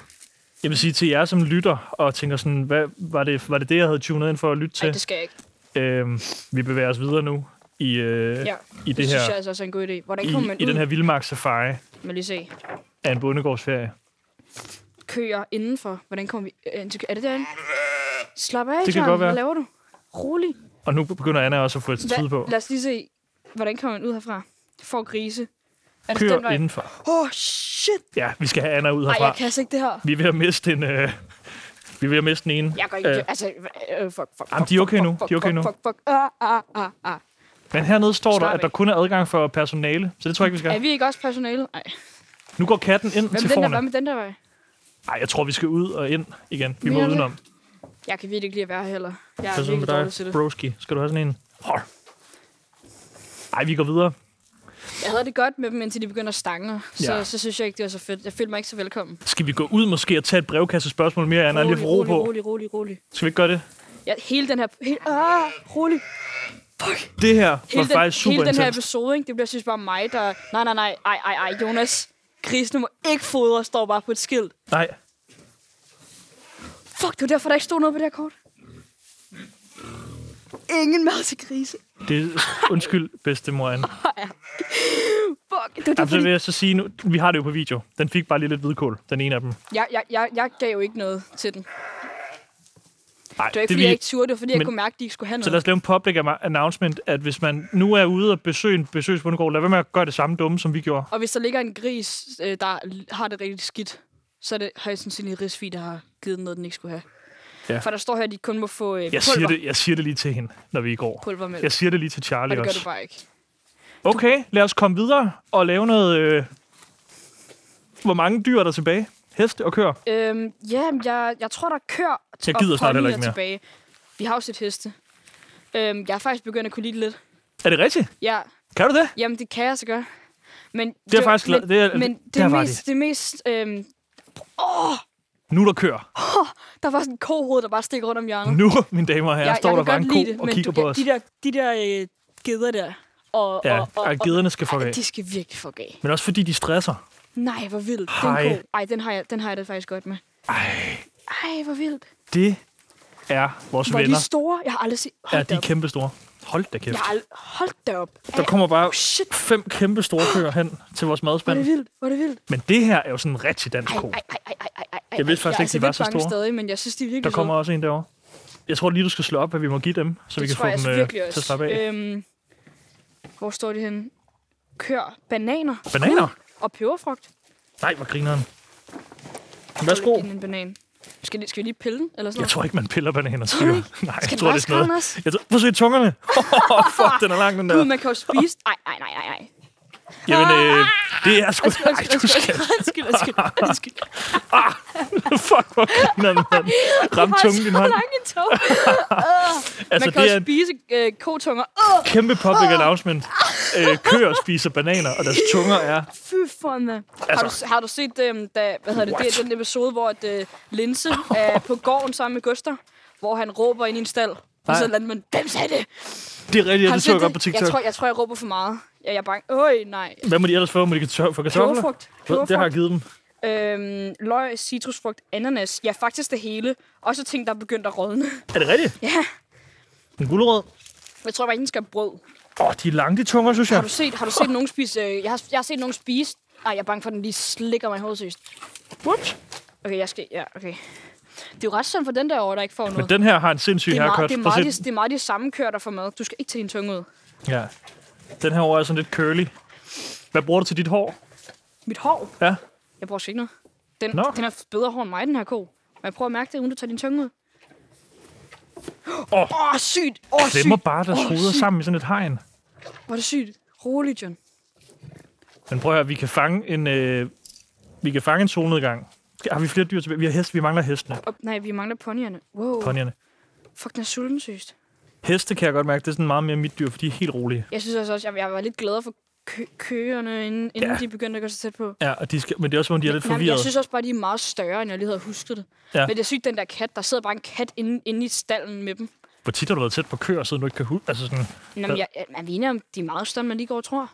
Jeg vil sige til jer, som lytter og tænker sådan, hvad, var, det, var det det, jeg havde tunet ind for at lytte Ej, til? det skal jeg ikke. Øhm, vi bevæger os videre nu i, øh, Ja, i det, Det, det synes jeg her, altså også er en god idé. Hvordan kommer man i, i ud? den her vildmarkssafari Må jeg lige se. af en bondegårdsferie. Køer indenfor. Hvordan kommer vi øh, ind til... Er det derinde? Slap af, kan John. godt være. Hvad laver du? Rolig. Og nu begynder Anna også at få et tid på. Hva? Lad os lige se. Hvordan kommer man ud herfra? For grise. Er det den Kører vej? indenfor. Åh, oh, shit. Ja, vi skal have Anna ud Nej, herfra. jeg kan altså ikke det her. Vi er ved at miste en... Øh, vi er ved at miste den ene. Jeg går ikke... Øh. Øh. Altså, øh, fuck, fuck, Jamen, fuck, de er okay fuck, nu. Fuck, De er okay fuck, nu. Fuck, fuck, ah, ah, ah, ah. Men hernede står der, Slap at der af. kun er adgang for personale. Så det tror jeg ikke, vi skal. Er vi ikke også personale? Nej. Nu går katten ind Hvad med den til der, forne. hvad med den der vej? Nej, jeg tror, vi skal ud og ind igen. Vi Mener må du det? udenom. Jeg kan virkelig ikke lide at være her heller. Jeg Hvad er så med virkelig dårlig til dig, det. broski? Skal du have sådan en? Hår. Ej, vi går videre. Jeg havde det godt med dem, indtil de begynder at stange. Så, Ja. ja. så synes jeg ikke, det var så fedt. Jeg følte mig ikke så velkommen. Skal vi gå ud måske og tage et brevkassespørgsmål mere, Anna? Lidt ro rolig, på. rolig, rolig, rolig. Skal vi ikke gøre det? Ja, hele den her... Hele, ah, rolig. Det her Hele var den, faktisk super hele den her intens. episode, ikke? det bliver synes bare mig, der... Nej, nej, nej, ej, ej, ej, Jonas. Grisene må ikke fodre, står bare på et skilt. Nej, Fuck, det var derfor, der ikke stod noget på det her kort. Ingen mad til grise. det er, undskyld, bedstemor Ah, Anne. Fuck, det var Jamen, derfor, så vil de... jeg så sige, nu, vi har det jo på video. Den fik bare lige lidt hvidkål, den ene af dem. jeg, jeg, jeg, jeg gav jo ikke noget til den. Det Nej, var ikke, fordi jeg ikke turde, det var, fordi jeg Men- kunne mærke, at de ikke skulle have Så lad noget. os lave en public ama- announcement, at hvis man nu er ude og besøge en besøgsbundegård, lad være med at gøre det samme dumme, som vi gjorde. Og hvis der ligger en gris, øh, der l- har det rigtig skidt, så er det højst sandsynligt risvi, der har givet den noget, den ikke skulle have. Ja. Ja. For der står her, at de kun må få øh, Jeg siger, pulver. det, jeg siger det lige til hende, når vi går. pulvermælk. Jeg siger det lige til Charlie og det gør også. du bare ikke. Okay, lad os komme videre og lave noget... Øh, hvor mange dyr er der tilbage? Heste og køer? Øhm, ja, men jeg, jeg tror, der kører Jeg gider snart heller ikke mere. tilbage. Vi har jo set heste. Øhm, jeg er faktisk begyndt at kunne lide det lidt. Er det rigtigt? Ja, Kan du det? jamen det kan jeg så gøre. Men det er faktisk glad- men, det er- men der det, det var mest, det mest øhm, Nu er der køer. der var sådan en kohoved, der bare stikker rundt om hjørnet. Nu, mine damer og herrer, jeg, står jeg der kan bare godt en lide ko det, og men kigger du, på os. de der, de der øh, geder der, og, Ja, og, og, og gederne skal fuck ej, af. de skal virkelig fuck af. Men også fordi de stresser. Nej, hvor vildt. Hej. Den, ko. Ej, den har, jeg, den har jeg det faktisk godt med. Ej. Ej, hvor vildt. Det er vores Hvor er venner. de store? Jeg har aldrig set... Hold Ja, de da er op. kæmpe store. Hold da kæft. Jeg har aldrig... Hold da op. Der kommer bare Shit, fem kæmpe store køer hen til vores hvor er madspand. det vildt, hvor er det vildt. Men det her er jo sådan en rigtig dansk Ej, ko. ej, ej, ej, ej, ej, ej. Jeg vidste faktisk er ikke, altså de var lidt så bange store. stadig, men jeg synes, de er virkelig Der kommer søde. også en derovre. Jeg tror lige, du skal slå op, hvad vi må give dem, så vi det kan få tror jeg altså dem øh, virkelig til at også. slappe af. Øhm, hvor står de henne? Kør, bananer Bananer? og peberfrugt. Nej, hvor grineren. Værsgo. Giv den en banan. Skal, de, skal vi lige pille den, eller sådan Jeg noget? tror ikke, man piller bananer, siger. Nej, jeg Skal tror, den det er bare sådan noget. skrælle os? Jeg tror, prøv at se tungerne. [LAUGHS] Oh, fuck, den er lang, den der. Gud, man kan jo spise... Ej, nej, nej, nej, nej. Jamen, øh, det er sgu... Undskyld, Ej, undskyld, du skal... undskyld, undskyld, undskud, undskyld. [LAUGHS] Fuck, hvor grineren, [LAUGHS] mand. Ram tungen i din hånd. så lang en tog. Altså, Man kan det er jo en spise øh, kotunger. Åh, kæmpe public announcement. Øh, køer spiser bananer, og deres tunger er... fy for mand. Altså- Har, du, har du set øhm, da, hvad hedder det, det, er den episode, hvor at, øh, Linse er på gården sammen med Guster, hvor han råber ind i en stald? Og Nej. så lander man, hvem sagde det? Det er rigtigt, Har at du set det så jeg godt på TikTok. Jeg tror, jeg, tror, jeg råber for meget. Ja, jeg er bange. Øj, nej. Hvad må de ellers få? Må de kartofler? Få kartofler? Peberfrugt. Ved, Det har jeg Peberfrugt. givet dem. Øhm, løg, citrusfrugt, ananas. Ja, faktisk det hele. Også ting, der er begyndt at rådne. Er det rigtigt? Ja. En gulerod? Jeg tror bare ikke, den skal have brød. Åh, oh, de er lange, de tunger, synes jeg. Har du set, har du set nogen spise... Øh, jeg, har, jeg har set nogen spise... Ej, jeg er bange for, at den lige slikker mig i hovedet seriøst. Whoops. Okay, jeg skal... Ja, okay. Det er jo ret sådan for den der over, der ikke får Men noget. den her har en sindssyg det, er haircut. meget, det, er Prøv at meget, se de, det er meget de samme køer, der får mad. Du skal ikke tage din tunge ud. den. Ja. Den her over er sådan lidt curly. Hvad bruger du til dit hår? Mit hår? Ja. Jeg bruger sgu ikke noget. Den, Nå. den er bedre hår end mig, den her ko. Og jeg prøver at mærke det, uden du tager din tunge ud. Åh, oh, sygt! Åh, oh, Klemmer sygt! bare deres Åh, hoveder sygt. sammen i sådan et hegn. Var det sygt? Rolig, John. Men prøv at høre, vi kan fange en, øh, vi kan fange en solnedgang. Skal- Har vi flere dyr tilbage? Vi, har heste, vi mangler hestene, Op, nej, vi mangler ponyerne. Wow. Pony. ponyerne. Fuck, den er sulten, sygt. Heste kan jeg godt mærke, det er sådan meget mere mit dyr, for de er helt rolige. Jeg synes altså også, jeg, jeg var lidt gladere for kø- køerne, inden, inden Ja. de begyndte at gå så tæt på. Ja, og de skal, men det er også, som om de er lidt Nej, men forvirrede. Jeg synes også bare, de er meget større, end jeg lige havde husket det. Ja. Ja. Men det er sygt, den der kat. Der sidder bare en kat inde, inde i stallen med dem. Hvor tit har du været tæt på køer, siden du ikke kan huske? Altså sådan, Nå, men jeg, jeg, er vi enige om, de er meget større, end man lige går og tror?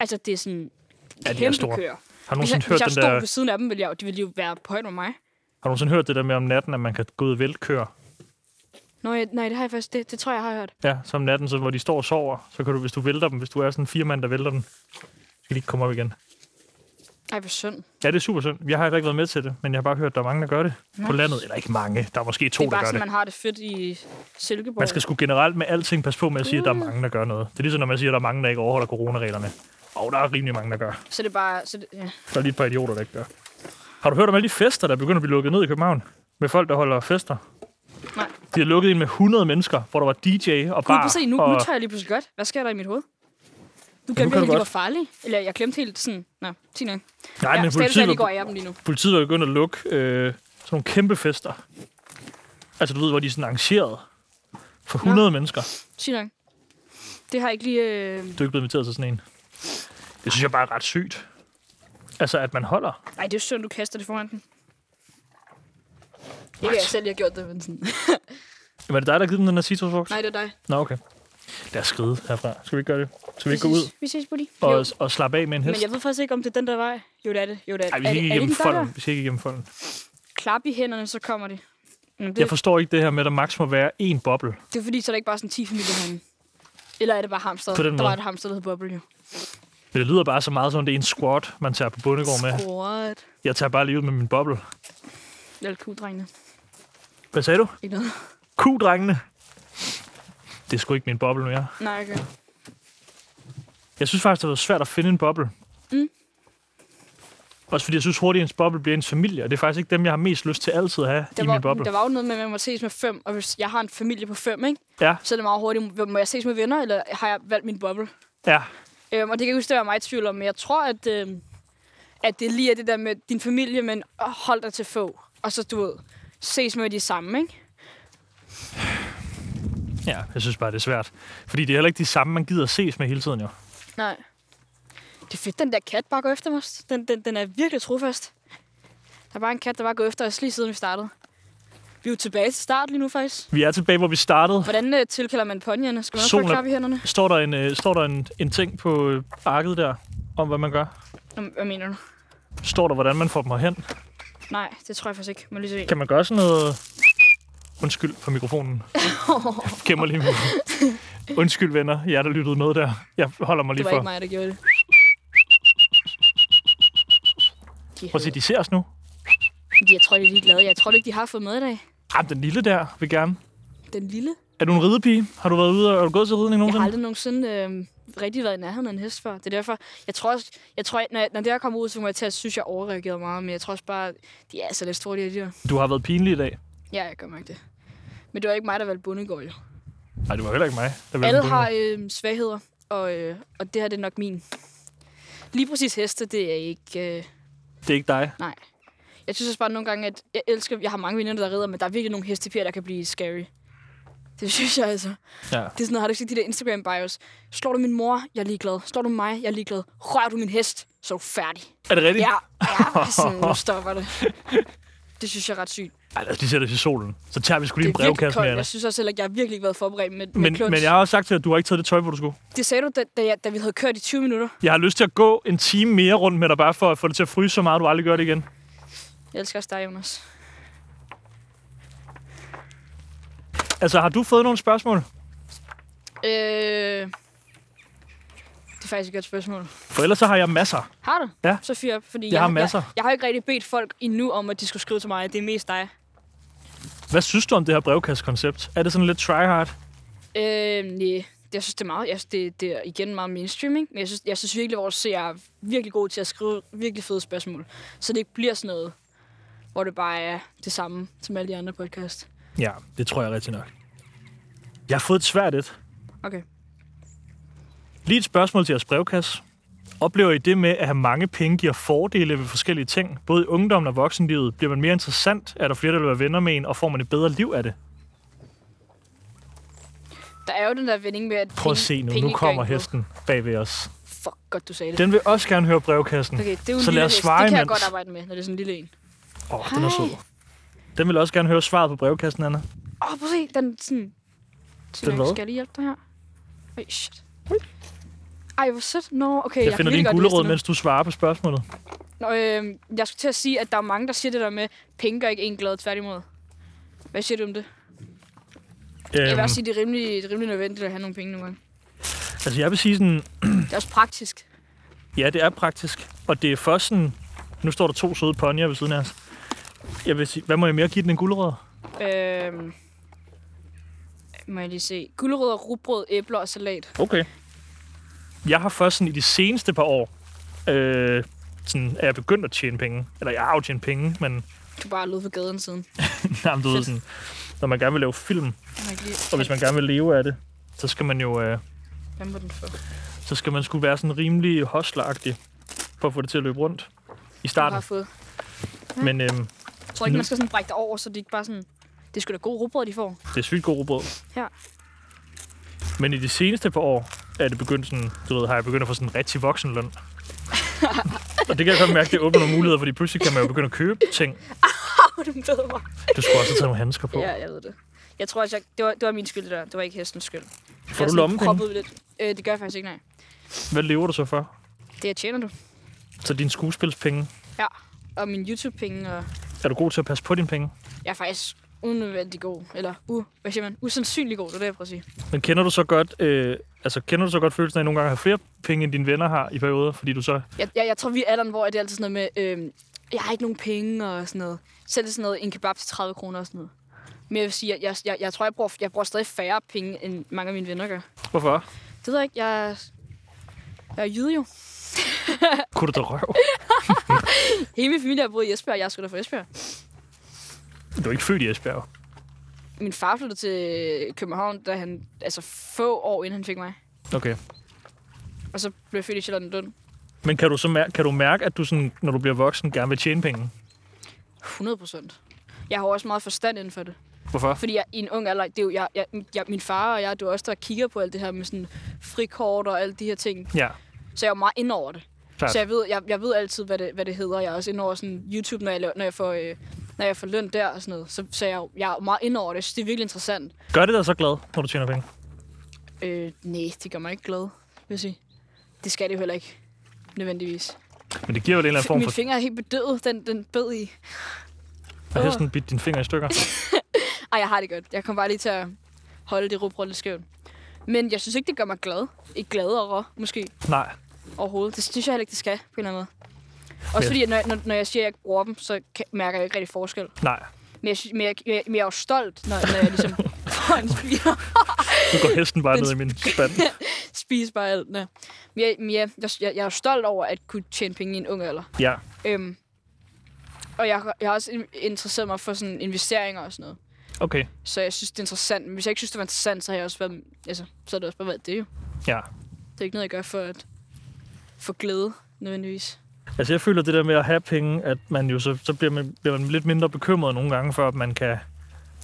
Altså, det er sådan Ja, de er kæmpe store. køer. har du Hvis nogensinde jeg, hvis hørt jeg den stod der... ved siden af dem, ville jeg, jo- de ville jo være på højde med mig. Har du nogensinde hørt det der med om natten, at man kan gå ud og vælte køer? Nå, jeg, nej, det har jeg faktisk, det, det tror jeg, jeg har hørt. Ja, som natten, så, hvor de står og sover, så kan du, hvis du vælter dem, hvis du er sådan en firmand, der vælter dem, så skal de ikke komme op igen. Ej, hvor synd. Det Ja, det er super synd. Jeg har heller ikke været med til det, men jeg har bare hørt, at der er mange, der gør det. På landet, eller ikke mange, der er måske to, er der bare gør sådan, det. man har det fedt i Silkeborg. Man skal sgu generelt med alting passe på med at sige, at der er mange, der gør noget. Det er ligesom, når man siger, at der er mange, der ikke overholder coronareglerne. Og der er rimelig mange, der gør. Så det er bare... Så det, ja. Der er lige et par idioter, der ikke gør. Har du hørt om alle de fester, der begynder at blive lukket ned i København? Med folk, der holder fester? Nej. De har lukket ind med 100 mennesker, hvor der var DJ og Gud, bar. prøv at se, nu, og... nu tør jeg lige pludselig godt. Hvad sker der i mit hoved? Nu kan glemte jeg du helt, de godt. var farlige. Eller jeg glemte helt sådan... Nå, 10 nok. Nej, Ja, men status er, at de politiet, går var, i dem lige nu. politiet var begyndt at lukke øh, sådan nogle kæmpe fester. Altså, du ved, hvor de er sådan arrangeret for 100 ja. mennesker. Sygt nok. Det har jeg ikke lige... Øh... Du er ikke blevet inviteret til sådan en. Det synes jeg bare er ret sygt. Altså, at man holder. Ej, det er jo synd, du kaster det foran den. Ikke at jeg selv lige har gjort det, men sådan. Jamen, er det dig, der har givet dem den her citrusfrugt? Nej, det er dig. Nå, okay. Lad os skride herfra. Skal vi ikke gøre det? Skal vi ikke gå ud Vi ses, buddy. og, og slappe af med en hest? Men jeg ved faktisk ikke, om det er den der vej. Jo, det er det. Jo, det er det. Ej, vi Er skal det- er ikke det igennem den der folden. der? Vi skal ikke igennem folden. Klap i hænderne, så kommer de. Jamen, det, Jeg forstår ikke det her med, at der maks må være én boble. det er fordi, så er der ikke bare sådan 10 familier herinde. Eller er det bare hamster? På Der den måde. var et hamster, der hed Bubble, jo. Men det lyder bare så meget som, det er en squat, man tager på bundegård med. What? Jeg tager bare lige ud med min boble. Lille kudrengene. Hvad sagde du? Ikke noget. Kudrengene. Det er sgu ikke min boble mere. Nej, okay. Jeg synes faktisk, det har været svært at finde en boble. Mm. Også fordi jeg synes hurtigt, at ens boble bliver ens familie. Og det er faktisk ikke dem, jeg har mest lyst til altid at have Der i var, min boble. der var jo noget med, at man må ses med fem, og hvis jeg har en familie på fem, ikke? Ja, så er det meget hurtigt. Må jeg ses med venner, eller har jeg valgt min boble? ja. Øhm, og det kan jeg huske, det var jeg meget i tvivl om, men jeg tror, at, øhm, at det lige er det der med din familie, men åh, hold dig til få. Og så, du ved, ses med de samme, ikke? Ja, jeg synes bare, det er svært. Fordi det er heller ikke de samme, man gider ses med hele tiden, jo. Nej. Det er fedt, den der kat bare går efter os. Den, den, den er virkelig trofast. Der er bare en kat, der bare går efter os lige siden vi startede. Vi er jo tilbage til start lige nu, faktisk. Vi er tilbage, hvor vi startede. Hvordan øh, tilkalder man ponjerne? Skal man også Solen bare er- klappe i hænderne? Står der en, øh, står der en, en ting på øh, arket der, om hvad man gør? Nå, hvad mener du? Står der, hvordan man får dem herhen? Nej, det tror jeg faktisk ikke. Må lige se. Kan man gøre sådan noget... Undskyld for [LAUGHS] mikrofonen. Jeg gemmer lige mikrofonen. Undskyld, venner. Jeg der lyttede med der. Jeg holder mig Det lige var for. ikke mig, der gjorde det. De Prøv at se, de ser os nu. hader- Jeg tror, de er ligeglade. Jeg tror ikke, de har fået med i dag. Ah, den lille der vil gerne. Den lille. Er du en ridepige? Har du været ude og er du gået til ridning Jeg har nogensinde? aldrig nogensinde øh, rigtig været i nærheden af en hest før. Det er derfor, jeg tror også, jeg tror, når, jeg, når det her kommer ud, så må jeg til at synes, jeg overreagerede meget. Men jeg tror også bare, de er altså lidt store, de her dyr. Du har været pinlig i dag. Ja, jeg gør mærke det. Men det var ikke mig, der valgte bundegård, jo. Nej, det var heller ikke mig. Der ville Alle den har bunde. øh, svagheder, og, øh, og det her det er nok min. Lige præcis heste, det er ikke... Øh, Det er ikke dig. nej. Jeg synes også bare nogle gange, at jeg elsker... Jeg har mange veninder, der rider, men der er virkelig nogle hestepiger, der kan blive scary. Det synes jeg altså. Ja. Det er sådan, har du ikke set de der Instagram bios? Slår du min mor, jeg er ligeglad. Slår du mig, jeg er ligeglad. Rør du min hest, så er du færdig. Er det rigtigt? Ja, ja, sådan, nu stopper det. Det synes jeg er ret sygt. Ej, lad os lige sætte os i solen. Så tager vi sgu lige Det en er virkelig brevkasse med, koldt. Jeg Anna. synes også heller ikke, jeg har virkelig ikke været forberedt med, med Men, klunch. men jeg har også sagt til dig, at du har ikke taget det tøj, hvor du skulle. Det sagde du, da, da, jeg, da vi havde kørt i 20 minutter. Jeg har lyst til at gå en time mere rundt med dig, bare for at få det til at fryse så meget, at du aldrig gør det igen. Jeg elsker også dig, Jonas. Altså, har du fået nogle spørgsmål? Øh, det er faktisk et godt spørgsmål. For ellers så har jeg masser. Har du? Ja. Så fyr op, fordi jeg, har Jeg, masser. jeg har ikke rigtig bedt folk endnu om, at de skulle skrive til mig. Det er mest dig. Hvad synes du om det her brevkassekoncept? Er det sådan lidt tryhard? Øh, nej. Jeg synes, det er meget, jeg synes, det, det er igen meget mainstream, ikke? Men jeg synes, jeg synes virkelig, at vores seere er virkelig god til at skrive virkelig fede spørgsmål. Så det ikke bliver sådan noget, hvor det bare er det samme som alle de andre podcast. Ja, det tror jeg rigtig nok. Jeg har fået et svært et. Okay. Lige et spørgsmål til jeres brevkasse. Oplever I det med, at have mange penge giver fordele ved forskellige ting? Både i ungdommen og voksenlivet. Bliver man mere interessant? Er der flere, der vil være venner med en? Og får man et bedre liv af det? Der er jo den der vending med, at Prøv at se nu. Nu gør kommer ikke noget. hesten bag ved os. Fuck, godt du sagde det. Den vil også gerne høre brevkassen. Okay, det er jo en så lad lille os hest. svare Det kan jeg imens. godt arbejde med, når det er sådan en lille en. Åh, oh, den er Hej. sød. Den vil også gerne høre svaret på brevkassen, Anna. Åh, oh, prøv at se, den sådan... Sådan, hvad? Skal jeg lige hjælpe dig her? Ej, shit. Ej, hvor sødt. Nå, okay, Jeg, kan finder lige virkelig en godt læse gulerod, det mens du svarer på spørgsmålet. nu. Nå, øh, jeg skulle til at sige, at der er mange, der siger det der med, penge gør ikke en glad, tværtimod. Hvad siger du om det? Jeg vil Øhm, også sige, at det er rimelig, det er rimelig nødvendigt at have nogle penge nogle gange. altså, jeg vil sige sådan, Det er også praktisk. Ja, det er praktisk. Og det er for sådan... Nu står der to søde ponyer ved siden af os. Jeg vil sige, hvad må jeg mere give den en guldrød? Øh, må jeg lige se. Gulerødder, rugbrød, æbler og salat. Okay. Jeg har først sådan i de seneste par år, øh, sådan, er jeg begyndt at tjene penge. Eller jeg har jo tjent penge, men, [LAUGHS] Du bare lød på gaden siden. nej, men du ved, Fedt. sådan, når man gerne vil lave film, Jeg har ikke lige... og hvis man gerne vil leve af det, så skal man jo øh, Hvad må den få? så skal man skulle være sådan rimelig hostleragtig for at få det til at løbe rundt i Du har starten. fået. Men øh, Jeg tror ikke, man skal sådan brække det over, så det ikke bare sådan... Det er sgu da god rugbrød, de får. Det er sygt god rugbrød. Ja. Men i de seneste par år er det begyndt sådan, du ved, har jeg begyndt at få sådan en rigtig [LAUGHS] voksenløn. og det kan jeg godt mærke, det åbner nogle muligheder, fordi pludselig kan man jo begynde at købe ting. Åh, du bedre mig. Du skulle også have taget nogle handsker på. Ja, jeg ved det. Jeg tror, at jeg, det, var, det var min skyld, det der. Det var ikke hestens skyld. Får du lommepenge? Lidt. Øh, det gør jeg faktisk ikke, nej. Hvad lever du så for? Det tjener du. Så dine skuespilspenge. Ja. Og min YouTube-penge, og Er du god til at passe på dine penge? jeg er faktisk unødvendig god. Eller, uh, hvad siger man? Usandsynlig god, det er det, jeg prøver at sige. Men kender du så godt, øh, altså kender du så godt følelsen af, at nogle gange har flere penge, end dine venner har i perioder, fordi du så... Jeg, jeg, jeg tror, vi er i alderen, hvor det er altid sådan noget med, øh, jeg har ikke nogen penge og sådan noget. Selv sådan noget, en kebab til 30 kroner og sådan noget. Men jeg vil sige, jeg, jeg, jeg, jeg tror, jeg bruger, jeg bruger stadig færre penge, end mange af mine venner gør. Hvorfor? Det ved jeg ikke, jeg, jeg er jyde jo. Kunne du da røv? Hele min familie har boet i Esbjerg, og jeg er sgu da fra Esbjerg. Du er ikke født i Esbjerg. Min far flyttede til København, da han, altså få år inden han fik mig. Okay. Og så blev jeg født i Charlottenlund. Men kan du, så mærke, kan du mærke, at du sådan, når du bliver voksen, gerne vil tjene penge? 100 procent. Jeg har også meget forstand inden for det. Hvorfor? Fordi jeg, i en ung alder, det er jo jeg, jeg, jeg, min far og jeg, du er også der kigger på alt det her med sådan frikort og alle de her ting. Ja, Så jeg er jo meget inde over det. klart. Så jeg ved, jeg, jeg ved altid, hvad det, hvad det hedder. Jeg er også inde over sådan YouTube, når jeg, laver, når jeg, får, øh, når jeg får løn der og sådan noget. Så, så jeg, er jo- jeg er jo meget inde over det. Jeg synes, det er virkelig interessant. Gør det dig så glad, når du tjener penge? Øh, nej, det gør mig ikke glad, vil jeg sige. Det skal det jo heller ikke, nødvendigvis. Men det giver vel en eller anden form Min for... finger er helt bedøvet, den, den bed i. Har hesten bidt dine fingre i stykker? Ej, jeg har det godt. Jeg kom bare lige til at holde det rugbrød lidt skævt. Men jeg synes ikke, det gør mig glad. Ikke gladere, måske. Nej. overhovedet. Det synes jeg heller ikke, det skal, på en eller anden måde. Også Ja. fordi, at når, jeg- når, når jeg siger, at jeg ikke bruger dem, så kan, mærker jeg jo ikke rigtig forskel. Nej. Men jeg, synes, men jeg, men jeg, men jeg er jo stolt, når, når jeg [LAUGHS] ligesom får en spiger, Nu går hesten bare Den ned i min spand. spiser bare alt. Nå. Men, jeg, men jeg, jeg, jeg er jo stolt over at kunne tjene penge i en ung alder. Ja. Øhm, og jeg, har- jeg har også in- interesseret mig for sådan investeringer og sådan noget. Okay. Så jeg synes, det er interessant. Men hvis jeg ikke synes, det var interessant, så har jeg også været... Altså, så er det også bare været det jo. Ja. Det er ikke noget, jeg gør for at få glæde, nødvendigvis. Altså, jeg føler det der med at have penge, at man jo så, så bliver, man, bliver man lidt mindre bekymret nogle gange, for at man kan...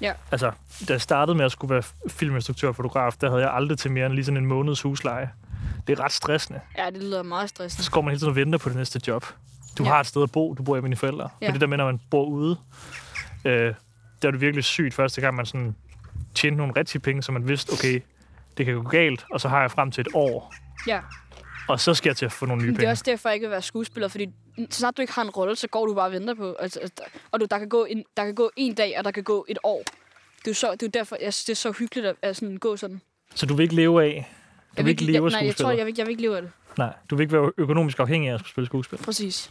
Ja. Altså, da jeg startede med at skulle være filminstruktør og fotograf, der havde jeg aldrig til mere end lige sådan en måneds husleje. Det er ret stressende. Ja, det lyder meget stressende. Så går man hele tiden og venter på det næste job. Du Ja. har et sted at bo, du bor hjemme med dine forældre. Ja. Ja. Men det der med, når man bor ude, øh, der er det virkelig sygt første gang, man sådan tjente nogle rigtige penge, så man vidste, okay, det kan gå galt, og så har jeg frem til et år, Ja. og så skal jeg til at få nogle nye Men det er penge. også derfor, jeg ikke vil være skuespiller, fordi så snart du ikke har en rolle, så går du bare og venter på. Altså, altså, der- og du, der, kan gå en, der kan gå en dag, og der kan gå et år. Det er jo så, det er jo derfor, jeg synes, det er så hyggeligt at, at sådan, gå sådan. Så du vil ikke leve af, du Jeg vil ikke leve jeg, af nej, jeg tror, skuespiller. jeg vil, jeg vil ikke leve af det. Nej, du vil ikke være økonomisk afhængig af at skulle spille skuespil. Præcis.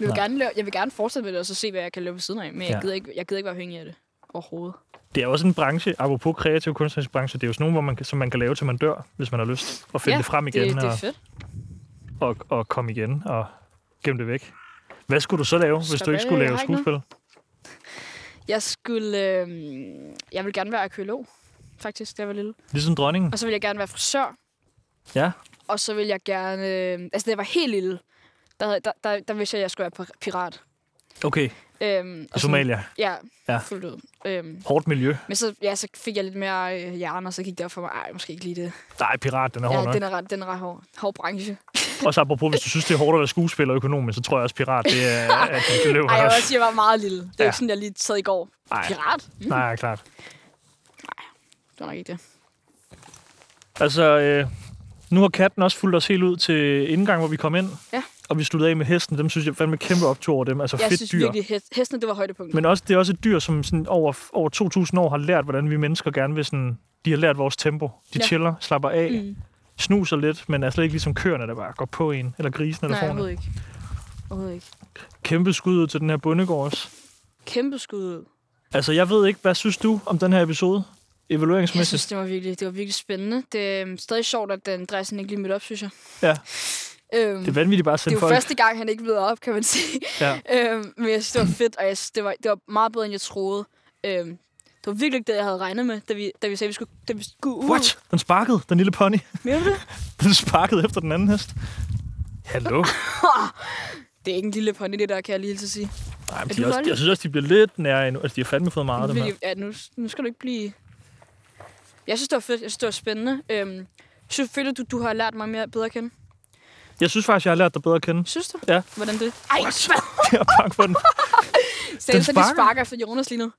Jeg vil, Nej. gerne, lave, jeg vil gerne fortsætte med det, og så se, hvad jeg kan lave ved siden af. Men jeg, Ja. gider, ikke, jeg gider ikke være afhængig af det overhovedet. Det er også en branche, apropos kreativ kunstnerisk branche, det er jo sådan nogle, hvor man, kan- som man kan lave, til man dør, hvis man har lyst, og finde det frem igen det, det og, er fedt. og, og komme igen og gemme det væk. Hvad skulle du så lave, hvis Slap du ikke af, skulle jeg lave har ikke noget. skuespil? øhm, Jeg skulle... Øh, jeg vil gerne være arkeolog. faktisk, da jeg var lille. Ligesom dronningen. Og så ville jeg gerne være frisør. Ja. Og så ville jeg gerne... Øh, altså, da jeg var helt lille, der, havde- der, der, der vidste jeg, at jeg skulle være pir- pirat. Okay. Øhm, I og sådan- Altså Somalia. Ja, Ja. ja. fuldt ud. Øhm, Hårdt miljø. men så, ja, så fik jeg lidt mere øh, hjerne, og så gik det op for mig, ej, måske ikke lige det. Nej, pirat, den er hård Ja, nok. den er ret, den er ret hård, hård branche. Og så apropos, hvis du synes, det er hårdt at være skuespiller og økonom, så tror jeg også, pirat, det er, at du løber Ej, jeg vil også. også sige, jeg var meget lille. Det er Ja. ja. ikke sådan, jeg lige sad i går. Ej. Pirat? Mm, Nej, klart. det var nok ikke det. Altså, øh, nu har katten også fulgt os helt ud til indgang, hvor vi kom ind. Ja. Og vi sluttede af med hesten. Dem synes jeg fandme kæmpe optur over dem. Altså Jeg fedt synes dyr. virkelig, hest, hestene, det var højdepunktet. Men også, det er også et dyr, som sådan over, over 2.000 år har lært, hvordan vi mennesker gerne vil sådan... De har lært vores tempo. De ja. Ja. chiller, slapper af, mm. mm. snuser lidt, men er slet ikke ligesom køerne, der bare går på en. Eller grisen, eller Nej, foran. overhovedet ikke. Overhovedet ikke. Kæmpe skud ud til den her bondegård også. Kæmpe skud ud. Altså, jeg ved ikke, hvad synes du om den her episode? Jeg Evalueringsmæssigt. synes, det var virkelig, det var virkelig spændende. Det er øhm, stadig sjovt, at den Dressen ikke lige mødte op, synes jeg. Ja. Øhm, Det er vanvittigt bare det at er sende jo folk. første gang, han ikke møder op, kan man sige. Ja. [LAUGHS] Øhm, men jeg synes, det var fedt, og jeg synes, det, var, det var meget bedre, end jeg troede. Øhm, det var virkelig ikke det, jeg havde regnet med, da vi, da vi sagde, at vi skulle, da vi skulle ud. What? Den sparkede, den lille pony. Mener du det? Den sparkede efter den anden hest. [LAUGHS] Hallo? Det er ikke en lille pony, det der, kan jeg lige hilse at sige. Nej, men Er de du er også, voldelig? jeg synes også, de bliver lidt nære endnu. Altså, de har fandme fået meget af dem her. Vil, ja, nu, nu skal du ikke blive... Jeg synes, det var fedt. Jeg synes, det var spændende. Øhm, synes, føler du, du har lært mig mere bedre at kende? Jeg synes faktisk, jeg har lært dig bedre at kende. Synes du? Ja. Hvordan det? Ej, hvad? [LAUGHS] Jeg er bange for den. Sagde du så, de sparker. sparker efter Jonas lige nu?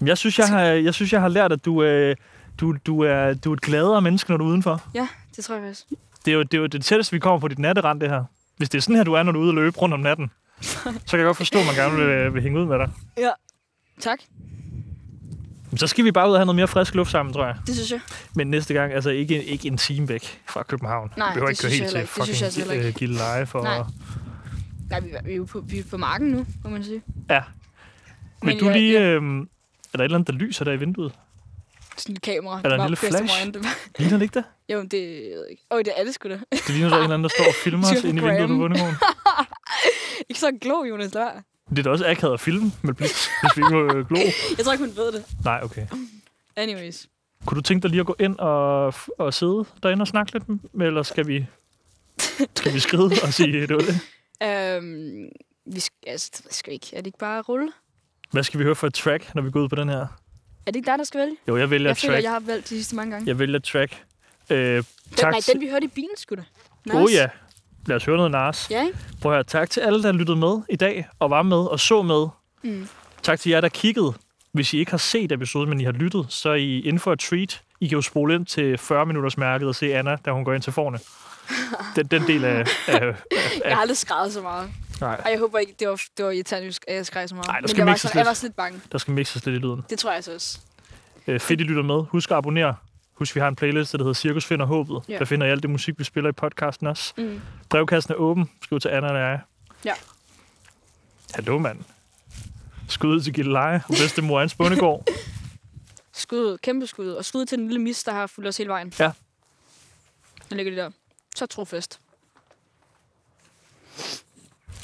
Men Jeg synes, jeg har, jeg synes, jeg har lært, at du, øh, du, du, er, du er et gladere menneske, når du er udenfor. Ja, det tror jeg faktisk. Det er jo det, er jo det tætteste, vi kommer på dit natterand, det her. Hvis det er sådan her, du er, når du er ude og løbe rundt om [LAUGHS] natten, så kan jeg godt forstå, at man gerne vil, vil hænge ud med dig. Ja. Tak. Men så skal vi bare ud og have noget mere frisk luft sammen, tror jeg. Det synes jeg. Men næste gang, altså ikke, ikke en time væk fra København. Nej, Vi behøver det ikke køre synes helt jeg til heller ikke. Det synes jeg altså heller fucking øh, Gilleleje for... Nej. at- Nej, vi, vi, er jo på, vi er på marken nu, må man sige. Ja. Men Men du jeg- lige... Øh, er der et eller andet, der lyser der i vinduet? Sådan et kamera. der det en var lille bedste flash? morgen, det var. Ligner det ikke det? [LAUGHS] Jo, men det jeg ved ikke. Åh, det er det sgu da. [LAUGHS] Det ligner, der er en eller anden, der står og filmer os Tyr på inde i vinduet på Graham. Bundegården. ikke så glo, Jonas Lør. Det er da også akavet at filme, men hvis, hvis vi ikke må øh, glo. Jeg tror ikke, hun ved det. Nej, okay. Anyways. Kunne du tænke dig lige at gå ind og, f- og sidde derinde og snakke lidt med, eller skal vi, skal vi skride og sige, det var det? Øhm, vi skal, altså, det ved jeg sgu ikke. Er det ikke bare at rulle? Hvad skal vi høre for et track, når vi går ud på den her? Er det ikke dig, der skal vælge? Jo, jeg vælger jeg et føler, track. jeg har valgt de sidste mange gange. Jeg vælger et track. Øh, Den, tak nej, til- den vi hørte i bilen, skulle da. Åh oh, ja. Lad os høre noget Nars. Ja, ikke? Prøv at høre, tak til alle, der lyttede med i dag, og var med og så med. Mm. Tak til jer, der kiggede. Hvis I ikke har set episoden, men I har lyttet, så er I inden for et treat. I kan jo spole ind til 40 minutters mærket og se Anna, da hun går ind til [LAUGHS] forne. Den, den del af... af Jeg har aldrig skrevet så meget. nej, Og jeg håber ikke, det var, det var irriterende, at jeg skrev så meget. Ej, der Men skal jeg var, mixes sådan, jeg lidt. var sådan lidt bange. der skal mixes lidt i lyden. Det tror jeg så også. Øh, fedt, I lytter med. Husk at abonnere. Husk, vi har en playlist, der hedder Cirkus finder håbet. Ja. Der finder I alt det musik, vi spiller i podcasten også. Mm. Brevkassen er åben. Skriv til Anna og jeg. Ja. Hallo, mand. Skud ud til Gilleleje og bedstemor Hans Bundegård. Skud, kæmpe skud. Og skud til den lille mis, der har fulgt os hele vejen. Ja. Nu ligger det der. Så trofast.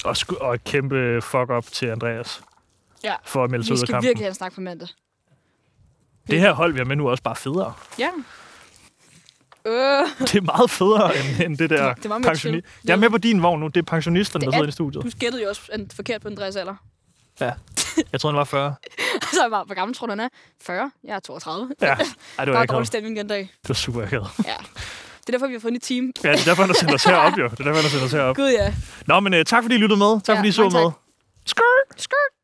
Og, sku- og et kæmpe fuck-up til Andreas Ja. for at melde sig Vi ud af skal kampen. virkelig have en snak på mandag. Det her hold, vi har med nu, er også bare federe. Ja. Øh, Det er meget federe end, end det der Det- det var mere pensionist. chill. Jeg er med på din vogn nu. Det er pensionisterne, Det der er- sidder inde i du studiet. gættede jo også en, forkert på Andreas alder. [LAUGHS] Jeg tror, han var 40. Så jeg var, hvor gammel tror du, han er? 40? Jeg er 32. Ja, Ej, det var Bare ikke dårlig stemning den dag. Det var super akavet. Ja. Det er derfor, vi har fundet et team. Ja, det er derfor, han har sendt os herop, jo. Det er derfor, han har sendt os herop. Gud ja. Nå, men uh, tak fordi I lyttede med. Tak Ja, fordi I så mange tak. med. Skrrt! Skirt. Yeah,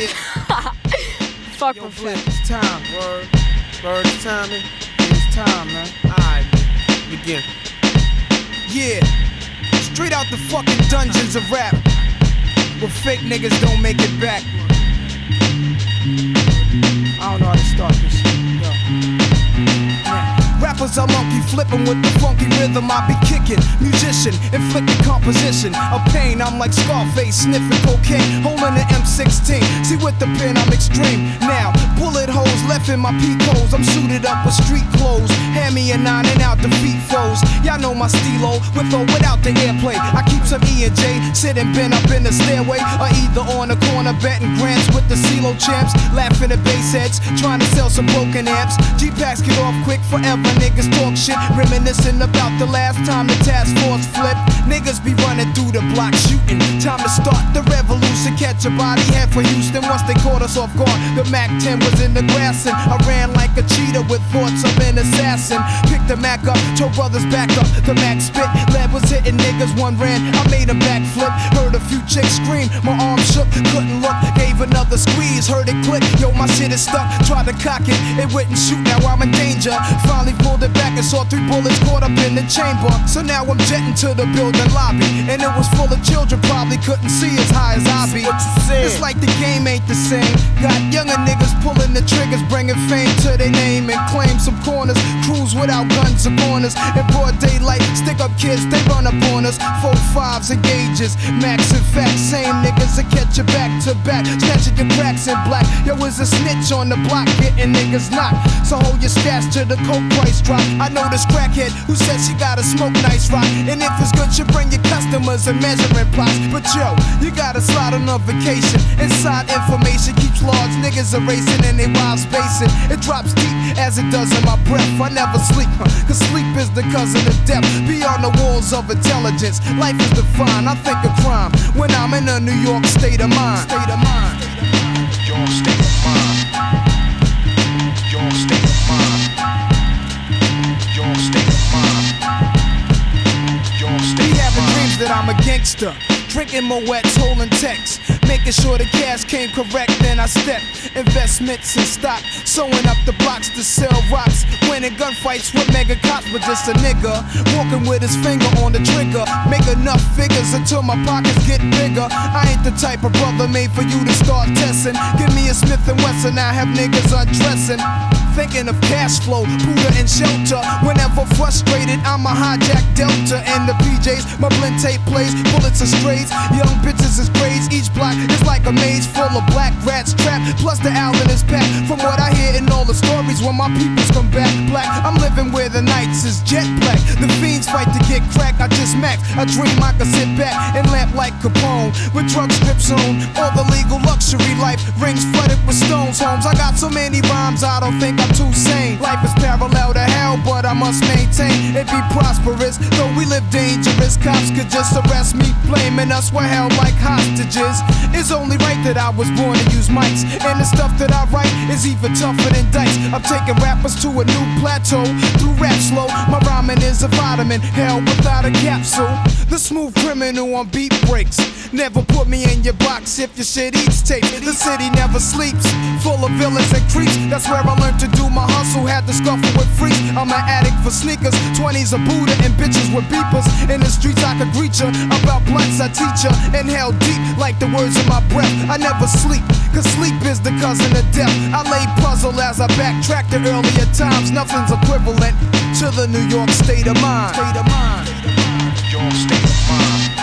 yeah, Fuck, yo, hvor Black, fedt. it's time, word. Bird, it's timing. It's time, man. Alright, man. begin. Yeah, straight out the fucking dungeons of rap. Where fake niggas don't make it back. I don't know how to start this. Yo. Rappers are monkey flipping with the funky rhythm I be kicking. Musician, inflicting composition of pain. I'm like Scarface, sniffing cocaine, holding an M16. See, with the pen, I'm extreme. Now, Bullet holes left in my peep holes. I'm suited up with street clothes. Hand me a nine and out the feet froze. Y'all know my stilo, with or without the airplay. I keep some E and J, sitting bent up in the stairway. Or either on the corner, betting grants with the CeeLo champs. Laughing at bass heads, trying to sell some broken amps. G packs get off quick forever. Niggas talk shit, reminiscing about the last time the task force flipped. Niggas be running through the block shooting. Time to start the revolution. Catch a body head for Houston once they caught us off guard. The MAC 10 was in the grass and I ran like a cheetah with thoughts of an assassin. Picked the MAC up, told brothers back up. The MAC spit, lead was hitting niggas. One ran, I made a backflip. Heard a few chicks scream, my arm shook, couldn't look. Gave another squeeze, heard it click. Yo, my shit is stuck. Tried to cock it, it wouldn't shoot. Now I'm in danger. Finally pulled it back and saw three bullets caught up in the chamber. So now I'm jetting to the building lobby, and it was full of children. Probably couldn't see as high as I be. It's like the game ain't the same. Got younger niggas pulling the triggers, bringing fame to their name and claim some corners. Crews without guns or corners. In broad daylight, stick up kids, they run up on us. Four fives and gauges, max and fact. Same niggas that catch you back to back, snatching your cracks in black. Yo, is a snitch on the block, getting niggas knocked. So hold your stash till the coke price drop. I know this crackhead who said she gotta smoke nice rock. And if it's good, you bring your customers and measuring plots. But yo, you gotta slide on a vacation. Inside information keeps large niggas erasing and they wives spacing. It drops deep as it does in my breath. I never sleep, huh, cause sleep is the cousin of death. Beyond the walls of intelligence, life is defined. I think of crime when I'm in a New York state of mind. State of mind. Your state of mind. Your state of mind. Your state of mind. Your Be state of having mind. dreams that I'm a gangster. Drinking Moet's, holding texts. Making sure the cash came correct, then I step. Investments in stock. Sewing up the blocks to sell rocks. Winning gunfights with mega cops, but just a nigga. Walking with his finger on the trigger. Make enough figures until my pockets get bigger. I ain't the type of brother made for you to start testing. Give me a Smith and Wesson, I have niggas undressing. Thinking of cash flow, Buddha and shelter. Whenever frustrated, I'm a hijack Delta and the PJs. My blend tape plays, bullets and strays. Young bitches is braids. Each block is like a maze full of black rats trapped. Plus the Allen is packed. From what I hear in all the stories, when my peoples come back black, I'm living where the nights is jet black. The fiends fight to get crack. I just max. I dream I could sit back and lamp like Capone with drug strips on. All the legal luxury life rings flooded with stones. Homes, I got so many rhymes, I don't think I'm too sane. Life is parallel to hell, but I must maintain it be prosperous. Though we live dangerous, cops could just arrest me, blaming us for held like hostages. It's only right that I was born to use mics, and the stuff that I write is even tougher than dice. I'm taking rappers to a new plateau through rap slow. My rhyming is a vitamin, hell without a capsule. The smooth criminal on beat breaks. Never put me in your box if your shit eats tape. The city never sleeps, full of villains and creeps. That's where I learned to do my hustle. Had to scuffle with freaks. I'm an addict for sneakers, 20s a Buddha and bitches with beepers. In the streets I could greet ya. About blunts I teach ya. Inhale deep like the words in my breath. I never sleep, cause sleep is the cousin of death. I lay puzzle as I backtrack to earlier times. Nothing's equivalent to the New York state of mind. State of mind. Your state of mind.